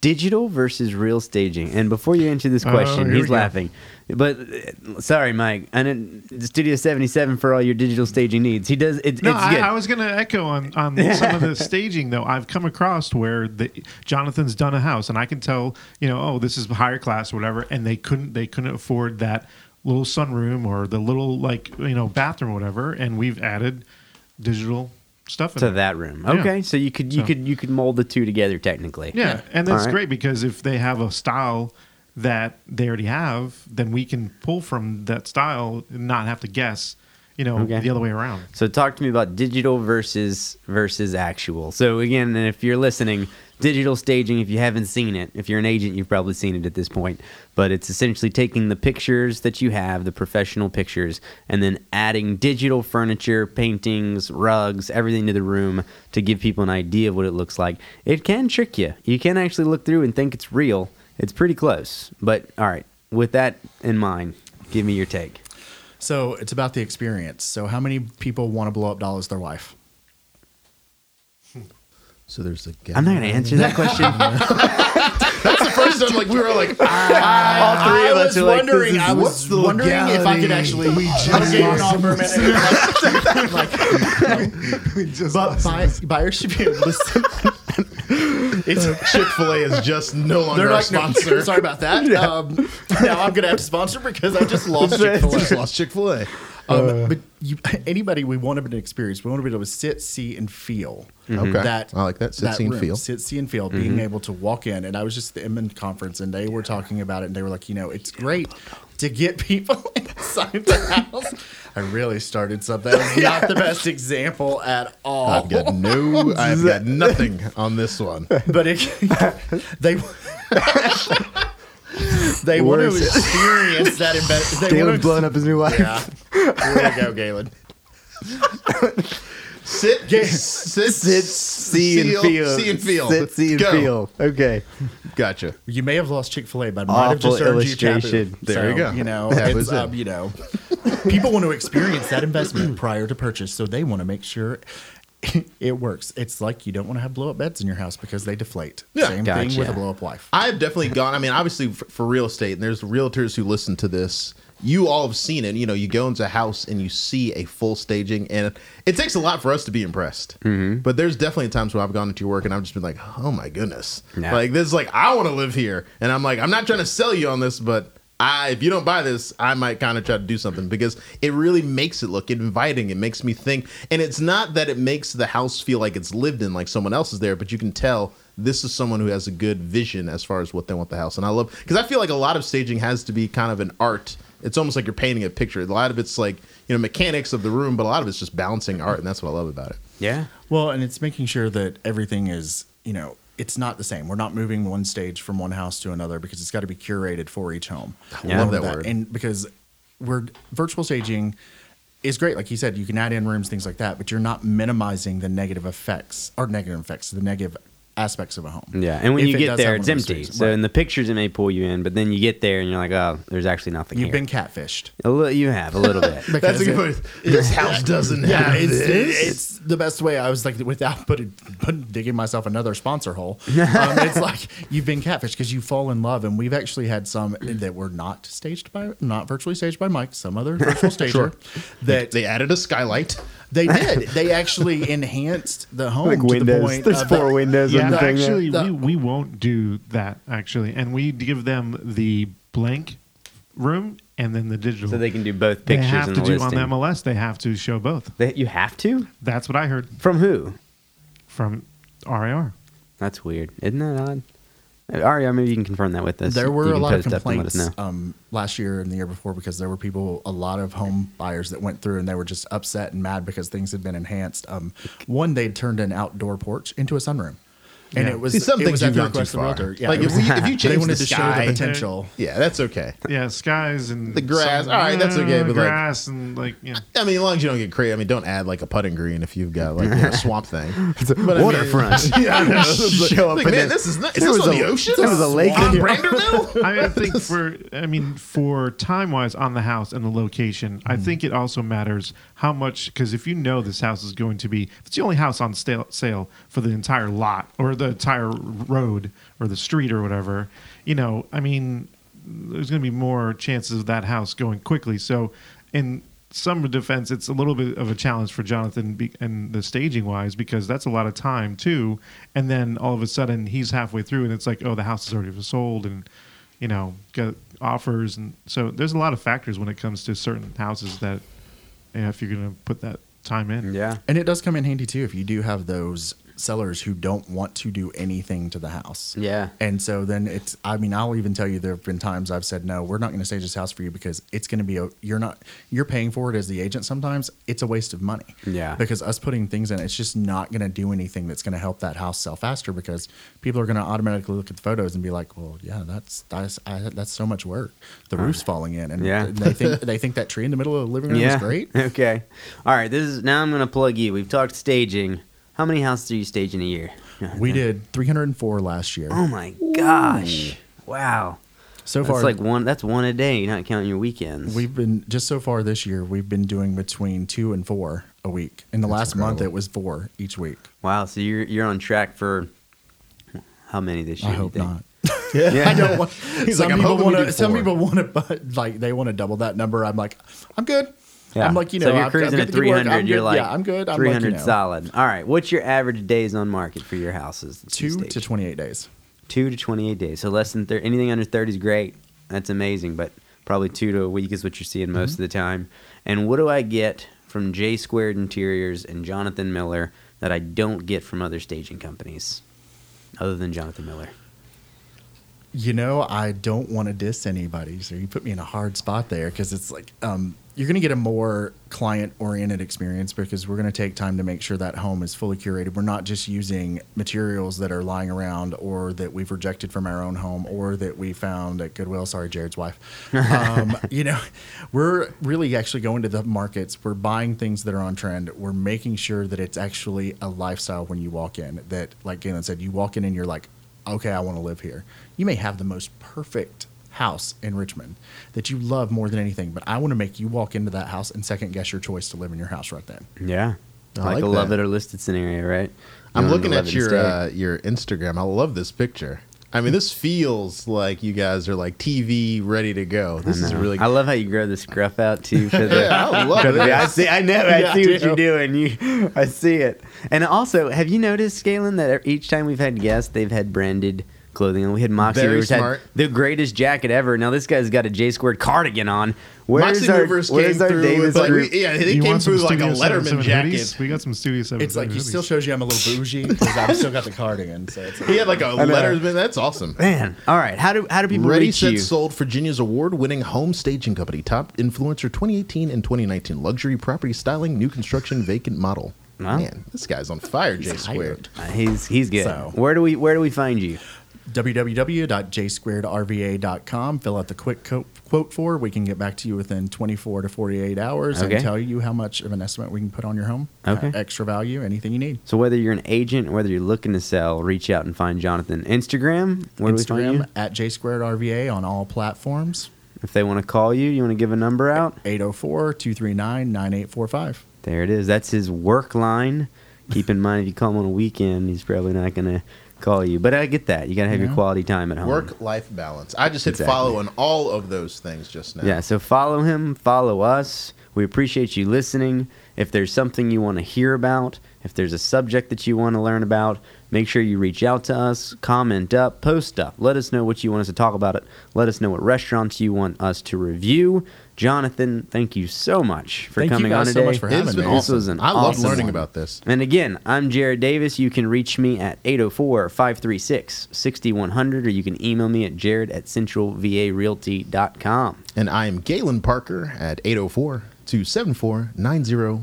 Speaker 1: Digital versus real staging. And before you answer this
Speaker 5: Oh,
Speaker 1: question,
Speaker 5: here
Speaker 1: he's
Speaker 5: we go.
Speaker 1: laughing. But uh, sorry, Mike. I didn't, Studio 77 for all your digital staging needs. He does. It,
Speaker 5: No,
Speaker 1: it's good.
Speaker 5: I, I was going to echo on, on some
Speaker 1: (laughs)
Speaker 5: of the staging though. I've come across where the, Jonathan's done a house, and I can tell, you know, oh, this is higher class, or whatever, and they couldn't they couldn't afford that little sunroom or the little like you know bathroom, or whatever, and we've added digital stuff in
Speaker 1: to
Speaker 5: there.
Speaker 1: that room.
Speaker 5: Yeah.
Speaker 1: Okay. So you could you
Speaker 5: So-
Speaker 1: could you could mold the two together technically.
Speaker 5: Yeah, and that's
Speaker 1: All right.
Speaker 5: great because if they have a style that they already have, then we can pull from that style and not have to guess, you know,
Speaker 1: Okay.
Speaker 5: the other way around.
Speaker 1: So talk to me about digital versus versus actual. So again, and if you're listening, digital staging, if you haven't seen it, if you're an agent, you've probably seen it at this point, but it's essentially taking the pictures that you have, the professional pictures, and then adding digital furniture, paintings, rugs, everything to the room to give people an idea of what it looks like. It can trick you. You can actually look through and think it's real. It's pretty close. But all right, with that in mind, give me your take.
Speaker 3: So it's about the experience. So, how many people want to blow up doll as their wife?
Speaker 4: So there's a guy.
Speaker 1: I'm not going to answer that question.
Speaker 4: That's the first time. Like we were
Speaker 1: (laughs)
Speaker 4: like,
Speaker 1: All three of
Speaker 3: I
Speaker 1: us are
Speaker 3: was
Speaker 1: like, this
Speaker 3: wondering,
Speaker 1: is
Speaker 3: I was wondering if I could actually.
Speaker 1: (laughs)
Speaker 6: We
Speaker 3: I was
Speaker 6: just
Speaker 3: getting
Speaker 6: lost
Speaker 3: off for a minute. (laughs)
Speaker 6: just
Speaker 3: But buy- buyers should be able
Speaker 6: (laughs)
Speaker 3: to see-
Speaker 6: Uh,
Speaker 4: it's Chick Fil A is just no longer
Speaker 3: They're (laughs)
Speaker 4: our
Speaker 3: like,
Speaker 4: sponsor.
Speaker 1: (laughs)
Speaker 3: No, sorry about that. Um, now I'm gonna have to sponsor because I
Speaker 6: (laughs)
Speaker 3: just lost Chick
Speaker 4: Chick-fil-A.
Speaker 3: Fil
Speaker 4: just
Speaker 3: A.
Speaker 4: lost Chick Fil A.
Speaker 3: Um, but you, (laughs) anybody, we want to be an experience. We want to be able to sit, see, and feel.
Speaker 4: Okay. I like that. Sit, see, and
Speaker 3: room.
Speaker 4: feel.
Speaker 3: Sit, see, and feel. Being able to walk in, and I was just at the Inman conference, and they were talking about it, and they were like, you know, it's great to get (laughs) people inside the house. I really started something. That was not the best example at all
Speaker 4: I've got no. I've (laughs) got nothing on this one.
Speaker 3: (laughs) but it, (laughs) they (laughs) they want to experience that. Imbe- they
Speaker 1: Galen's
Speaker 3: want to,
Speaker 1: blowing up his new wife.
Speaker 3: Yeah, way to go, Galen.
Speaker 4: Sit, sit,
Speaker 1: Sit, see, and feel.
Speaker 4: See and feel.
Speaker 1: Sit, see, and
Speaker 4: Go.
Speaker 1: feel. Okay.
Speaker 4: Gotcha.
Speaker 3: You may have lost Chick Fil A, but I might have just
Speaker 1: Awful
Speaker 3: earned you
Speaker 1: illustration.
Speaker 3: taboo.
Speaker 4: There you go.
Speaker 3: You know,
Speaker 4: (laughs) That was
Speaker 3: it's,
Speaker 4: it.
Speaker 3: um,
Speaker 4: (clears throat)
Speaker 3: you know, people want to experience that investment prior to purchase, so they want to make sure (laughs) it works. It's like you don't want to have blow up beds in your house because they deflate.
Speaker 4: Yeah.
Speaker 3: Same
Speaker 1: Gotcha.
Speaker 3: thing with a blow up wife.
Speaker 4: I've definitely gone. I mean, obviously for, for real estate, and there's realtors who listen to this. You all have seen it. You know, you go into a house and you see a full staging, and it takes a lot for us to be impressed. But there's definitely times where I've gone into your work and I've just been like, "Oh my goodness!"
Speaker 1: Yeah.
Speaker 4: Like this is like I want to live here, and I'm like, I'm not trying to sell you on this, but I if you don't buy this, I might kind of try to do something because it really makes it look inviting. It makes me think, and it's not that it makes the house feel like it's lived in, like someone else is there, but you can tell this is someone who has a good vision as far as what they want the house. And I love because I feel like a lot of staging has to be kind of an art. It's almost like you're painting a picture. A lot of it's like you know mechanics of the room, but a lot of it's just balancing art, and that's what I love about it.
Speaker 1: Yeah.
Speaker 3: Well, and it's making sure that everything is, you know, it's not the same. We're not moving one stage from one house to another because it's got to be curated for each home. I
Speaker 1: Yeah.
Speaker 4: Love that word.
Speaker 3: And because we're virtual staging is great. Like you said, you can add in rooms, things like that, but you're not minimizing the negative effects or negative effects, the negative aspects of a home.
Speaker 1: Yeah, and when
Speaker 3: If
Speaker 1: you
Speaker 3: it
Speaker 1: get
Speaker 3: does
Speaker 1: there,
Speaker 3: have
Speaker 1: it's
Speaker 3: one of those
Speaker 1: empty.
Speaker 3: things.
Speaker 1: So
Speaker 3: Right.
Speaker 1: in the pictures, it may pull you in, but then you get there and you're like, oh, there's actually nothing.
Speaker 3: you've
Speaker 1: here.
Speaker 3: been catfished.
Speaker 1: a little, you have a little bit.
Speaker 4: That's a
Speaker 3: (laughs)
Speaker 4: good. way. (laughs) This house doesn't
Speaker 1: (laughs)
Speaker 3: Yeah,
Speaker 4: have
Speaker 3: it's,
Speaker 4: this.
Speaker 3: it's the best way. I was like, without but, but digging myself another sponsor hole.
Speaker 1: (laughs)
Speaker 3: Um, it's like you've been catfished because you fall in love, and we've actually had some that were not staged by, not virtually staged by Mike, some
Speaker 1: (laughs)
Speaker 3: other virtual stager that
Speaker 4: they added a skylight.
Speaker 3: they did. They actually (laughs) enhanced the home
Speaker 1: Like
Speaker 3: to
Speaker 1: windows.
Speaker 3: the point.
Speaker 1: There's
Speaker 3: of
Speaker 1: four
Speaker 3: the-
Speaker 1: windows
Speaker 5: Yeah,
Speaker 1: on the thing there.
Speaker 5: actually,
Speaker 3: there.
Speaker 5: we, we won't do that actually, and we give them the blank room and then the digital.
Speaker 1: so they can do both
Speaker 5: They
Speaker 1: pictures
Speaker 5: have
Speaker 1: and
Speaker 5: to
Speaker 1: the
Speaker 5: do
Speaker 1: listing.
Speaker 5: on the MLS. They have to show both.
Speaker 1: They- you have to
Speaker 5: That's what I heard
Speaker 1: from who?
Speaker 5: from RIR.
Speaker 1: That's weird, isn't that odd? Aria, maybe you can confirm that with us.
Speaker 3: There were
Speaker 1: You
Speaker 3: a
Speaker 1: can
Speaker 3: lot of
Speaker 1: post up and let us
Speaker 3: complaints
Speaker 1: know.
Speaker 3: um, last year and the year before because there were people, a lot of home buyers that went through and they were just upset and mad because things had been enhanced. Um, one, they turned an outdoor porch into a sunroom, and
Speaker 5: Yeah.
Speaker 3: it was
Speaker 4: See, some
Speaker 3: it was
Speaker 4: things you've
Speaker 3: at the
Speaker 4: gone too
Speaker 3: request of the
Speaker 4: far.
Speaker 3: realtor. Yeah,
Speaker 4: like
Speaker 3: it (laughs) was-
Speaker 4: if, we, if you
Speaker 3: they
Speaker 4: change the
Speaker 3: wanted to show the
Speaker 4: sky,
Speaker 3: potential.
Speaker 4: yeah, that's okay.
Speaker 5: Yeah, skies and
Speaker 4: The grass. All right, that's okay, but, like-
Speaker 5: grass and like yeah.
Speaker 4: I mean, as long as you don't get crazy. I mean, don't add like a putting green if you've got like you know, a
Speaker 1: (laughs)
Speaker 4: swamp thing. But I
Speaker 1: waterfront.
Speaker 4: mean, (laughs) yeah, I know. It's like,
Speaker 1: (laughs) Show up
Speaker 4: like,
Speaker 1: and then-
Speaker 4: man, this is not, is
Speaker 1: there
Speaker 4: this
Speaker 1: was
Speaker 4: on
Speaker 1: a-
Speaker 4: the ocean?
Speaker 1: there was a lake in
Speaker 4: on
Speaker 1: here.
Speaker 4: Branderville.
Speaker 5: I, mean, I think for I mean for time wise on the house and the location, I think it also matters how much because if you know this house is going to be if it's the only house on sale, sale for the entire lot or the entire road or the street or whatever, you know, I mean, there's going to be more chances of that house going quickly. So in some defense, it's a little bit of a challenge for Jonathan be- and the staging wise because that's a lot of time too. And then all of a sudden he's halfway through and it's like, oh, the house is already sold and you know got offers and so there's a lot of factors when it comes to certain houses that you know, if you're going to put that time in.
Speaker 1: yeah.
Speaker 3: And it does come in handy too if you do have those sellers who don't want to do anything to the house.
Speaker 1: Yeah.
Speaker 3: And so then it's I mean I'll even tell you there have been times I've said no, we're not going to stage this house for you because it's going to be a you're not you're paying for it as the agent sometimes. It's a waste of money.
Speaker 1: Yeah.
Speaker 3: Because us putting things in it's just not going to do anything that's going to help that house sell faster because people are going to automatically look at the photos and be like, "Well, yeah, that's that's I, that's so much work. The roof's falling in." And
Speaker 1: Yeah.
Speaker 3: they think
Speaker 1: (laughs)
Speaker 3: they think that tree in the middle of the living room
Speaker 1: yeah.
Speaker 3: is great.
Speaker 1: (laughs) Okay. All right. This is now. I'm gonna plug you. We've talked staging. How many houses do you stage in a year? (laughs)
Speaker 3: We did 304 last year.
Speaker 1: Oh my gosh! Wow.
Speaker 3: So
Speaker 1: That's
Speaker 3: far,
Speaker 1: like one. That's one a day. Not counting your weekends.
Speaker 3: we've been just so far this year, we've been doing between two and four a week. In the last month, it was four each week.
Speaker 1: Wow, so you're you're on track for how many this year?
Speaker 3: I
Speaker 1: you
Speaker 3: hope
Speaker 1: think? (laughs)
Speaker 3: not.
Speaker 1: (laughs) Yeah.
Speaker 3: I don't want. some,
Speaker 4: like, I'm
Speaker 3: people
Speaker 4: hoping we
Speaker 3: wanna,
Speaker 4: do
Speaker 3: some
Speaker 4: four.
Speaker 3: people want to, but like they want to double that number. I'm like, I'm good.
Speaker 1: Yeah.
Speaker 3: I'm like, you
Speaker 1: so
Speaker 3: know,
Speaker 1: if you're
Speaker 3: I'm,
Speaker 1: cruising
Speaker 3: I'm
Speaker 1: at
Speaker 3: good to work.
Speaker 1: 300.
Speaker 3: I'm
Speaker 1: you're
Speaker 3: good.
Speaker 1: like,
Speaker 3: yeah, I'm good. I'm
Speaker 1: 300
Speaker 3: like, you know,
Speaker 1: solid. All right, what's your average days on market for your houses? that you
Speaker 3: Two
Speaker 1: stage?
Speaker 3: to 28 days.
Speaker 1: two to 28 days. So less than thir- anything under 30 is great. That's amazing, but probably two to a week is what you're seeing most
Speaker 3: Mm-hmm.
Speaker 1: of the time. And what do I get from J Squared Interiors and Jonathan Miller that I don't get from other staging companies, other than Jonathan Miller?
Speaker 3: You know, I don't want to diss anybody, so you put me in a hard spot there because it's like um, you're going to get a more client-oriented experience because we're going to take time to make sure that home is fully curated. We're not just using materials that are lying around or that we've rejected from our own home or that we found at Goodwill. Sorry, Jared's wife. Um, you know, we're really actually going to the markets. We're buying things that are on trend. We're making sure that it's actually a lifestyle when you walk in. That, like Galen said, you walk in and you're like okay, I want to live here. You may have the most perfect house in Richmond that you love more than anything, but I want to make you walk into that house and second guess your choice to live in your house right then.
Speaker 1: Yeah.
Speaker 4: I
Speaker 1: like,
Speaker 4: like
Speaker 1: a love
Speaker 4: that.
Speaker 1: it or listed scenario, right?
Speaker 4: I'm
Speaker 1: You want
Speaker 4: looking
Speaker 1: to love
Speaker 4: at
Speaker 1: it
Speaker 4: your
Speaker 1: instead.
Speaker 4: uh, your Instagram. I love this picture. I mean, this feels like you guys are like TV ready to go. This is really.
Speaker 1: I love how you grow this gruff out too for the.
Speaker 4: Yeah, I love
Speaker 1: for the- I
Speaker 4: this.
Speaker 1: see. I know. I
Speaker 4: Yeah,
Speaker 1: see what
Speaker 4: dude.
Speaker 1: you're doing. You, I see it. And also, have you noticed, Galen, that each time we've had guests, they've had branded clothing on. We had Moxie
Speaker 4: Very
Speaker 1: Rivers had
Speaker 4: smart.
Speaker 1: the greatest jacket ever. Now this guy's got a J squared cardigan on. Where's
Speaker 4: Moxie
Speaker 1: our
Speaker 4: Rivers
Speaker 1: where's
Speaker 4: came
Speaker 1: our
Speaker 4: through
Speaker 1: Davis
Speaker 4: with like,
Speaker 1: group?
Speaker 4: yeah, they
Speaker 5: You
Speaker 4: came
Speaker 5: want some
Speaker 4: through like a
Speaker 5: Studio 77
Speaker 4: Letterman jacket.
Speaker 5: hoodies? We got some Studio 7
Speaker 3: It's like he still shows you I'm a little bougie because I've still got the cardigan. So it's (laughs)
Speaker 4: He had like a Letterman. That's awesome.
Speaker 1: Man, all right. How do how do people
Speaker 4: Ready
Speaker 1: reach
Speaker 4: Set
Speaker 1: you?
Speaker 4: Sold, Virginia's award-winning home staging company, top influencer 2018 and 2019, luxury property styling, new construction, vacant model.
Speaker 1: Wow.
Speaker 4: Man, this guy's on fire, J squared.
Speaker 1: Uh, He's he's good.
Speaker 3: So-
Speaker 1: Where do we where do we find you?
Speaker 3: www.jsquaredrva.com. Fill out the quick co- quote for. We can get back to you within 24 to 48 hours
Speaker 1: Okay.
Speaker 3: and tell you how much of an estimate we can put on your home.
Speaker 1: Okay.
Speaker 3: Uh, extra value, anything you need.
Speaker 1: So whether you're an agent or whether you're looking to sell, reach out and find Jonathan. Instagram, where do we find you?
Speaker 3: Instagram at jsquaredrva on all platforms.
Speaker 1: If they want to call you, you want to give a number out.
Speaker 3: 804 239 9845.
Speaker 1: There it is. That's his work line. Keep in mind, if you call him on a weekend, he's probably not going to call you. But I get that. You got to have your
Speaker 3: Yeah.
Speaker 1: quality time at home.
Speaker 4: Um, Work-life balance. I just hit
Speaker 1: Exactly.
Speaker 4: follow on all of those things just now.
Speaker 1: Yeah, so follow him, follow us. We appreciate you listening. If there's something you want to hear about, if there's a subject that you want to learn about, make sure you reach out to us, comment up, post stuff. Let us know what you want us to talk about it. Let us know what restaurants you want us to review. Jonathan, thank you so much for
Speaker 3: Thank you
Speaker 1: coming on
Speaker 3: guys so
Speaker 1: today.
Speaker 3: much for having
Speaker 4: It's
Speaker 3: me.
Speaker 4: been
Speaker 1: This
Speaker 4: awesome.
Speaker 1: was an
Speaker 4: I love
Speaker 1: awesome
Speaker 4: learning
Speaker 1: one.
Speaker 4: about this.
Speaker 1: And again, I'm Jared Davis. You can reach me at 804 536 6100 or you can email me at jared at centralvarealty.com.
Speaker 4: And I am Galen Parker at 804 274 9016.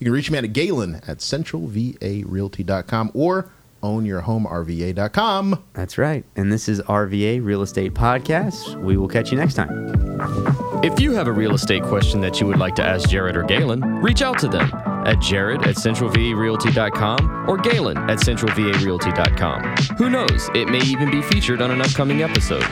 Speaker 4: You can reach me at Galen at centralvarealty.com or ownyourhomerva.com.
Speaker 1: That's right. And this is RVA Real Estate Podcast. We will catch you next time.
Speaker 2: If you have a real estate question that you would like to ask Jared or Galen, reach out to them at jared at centralvarealty.com or galen at centralvarealty.com. Who knows, it may even be featured on an upcoming episode.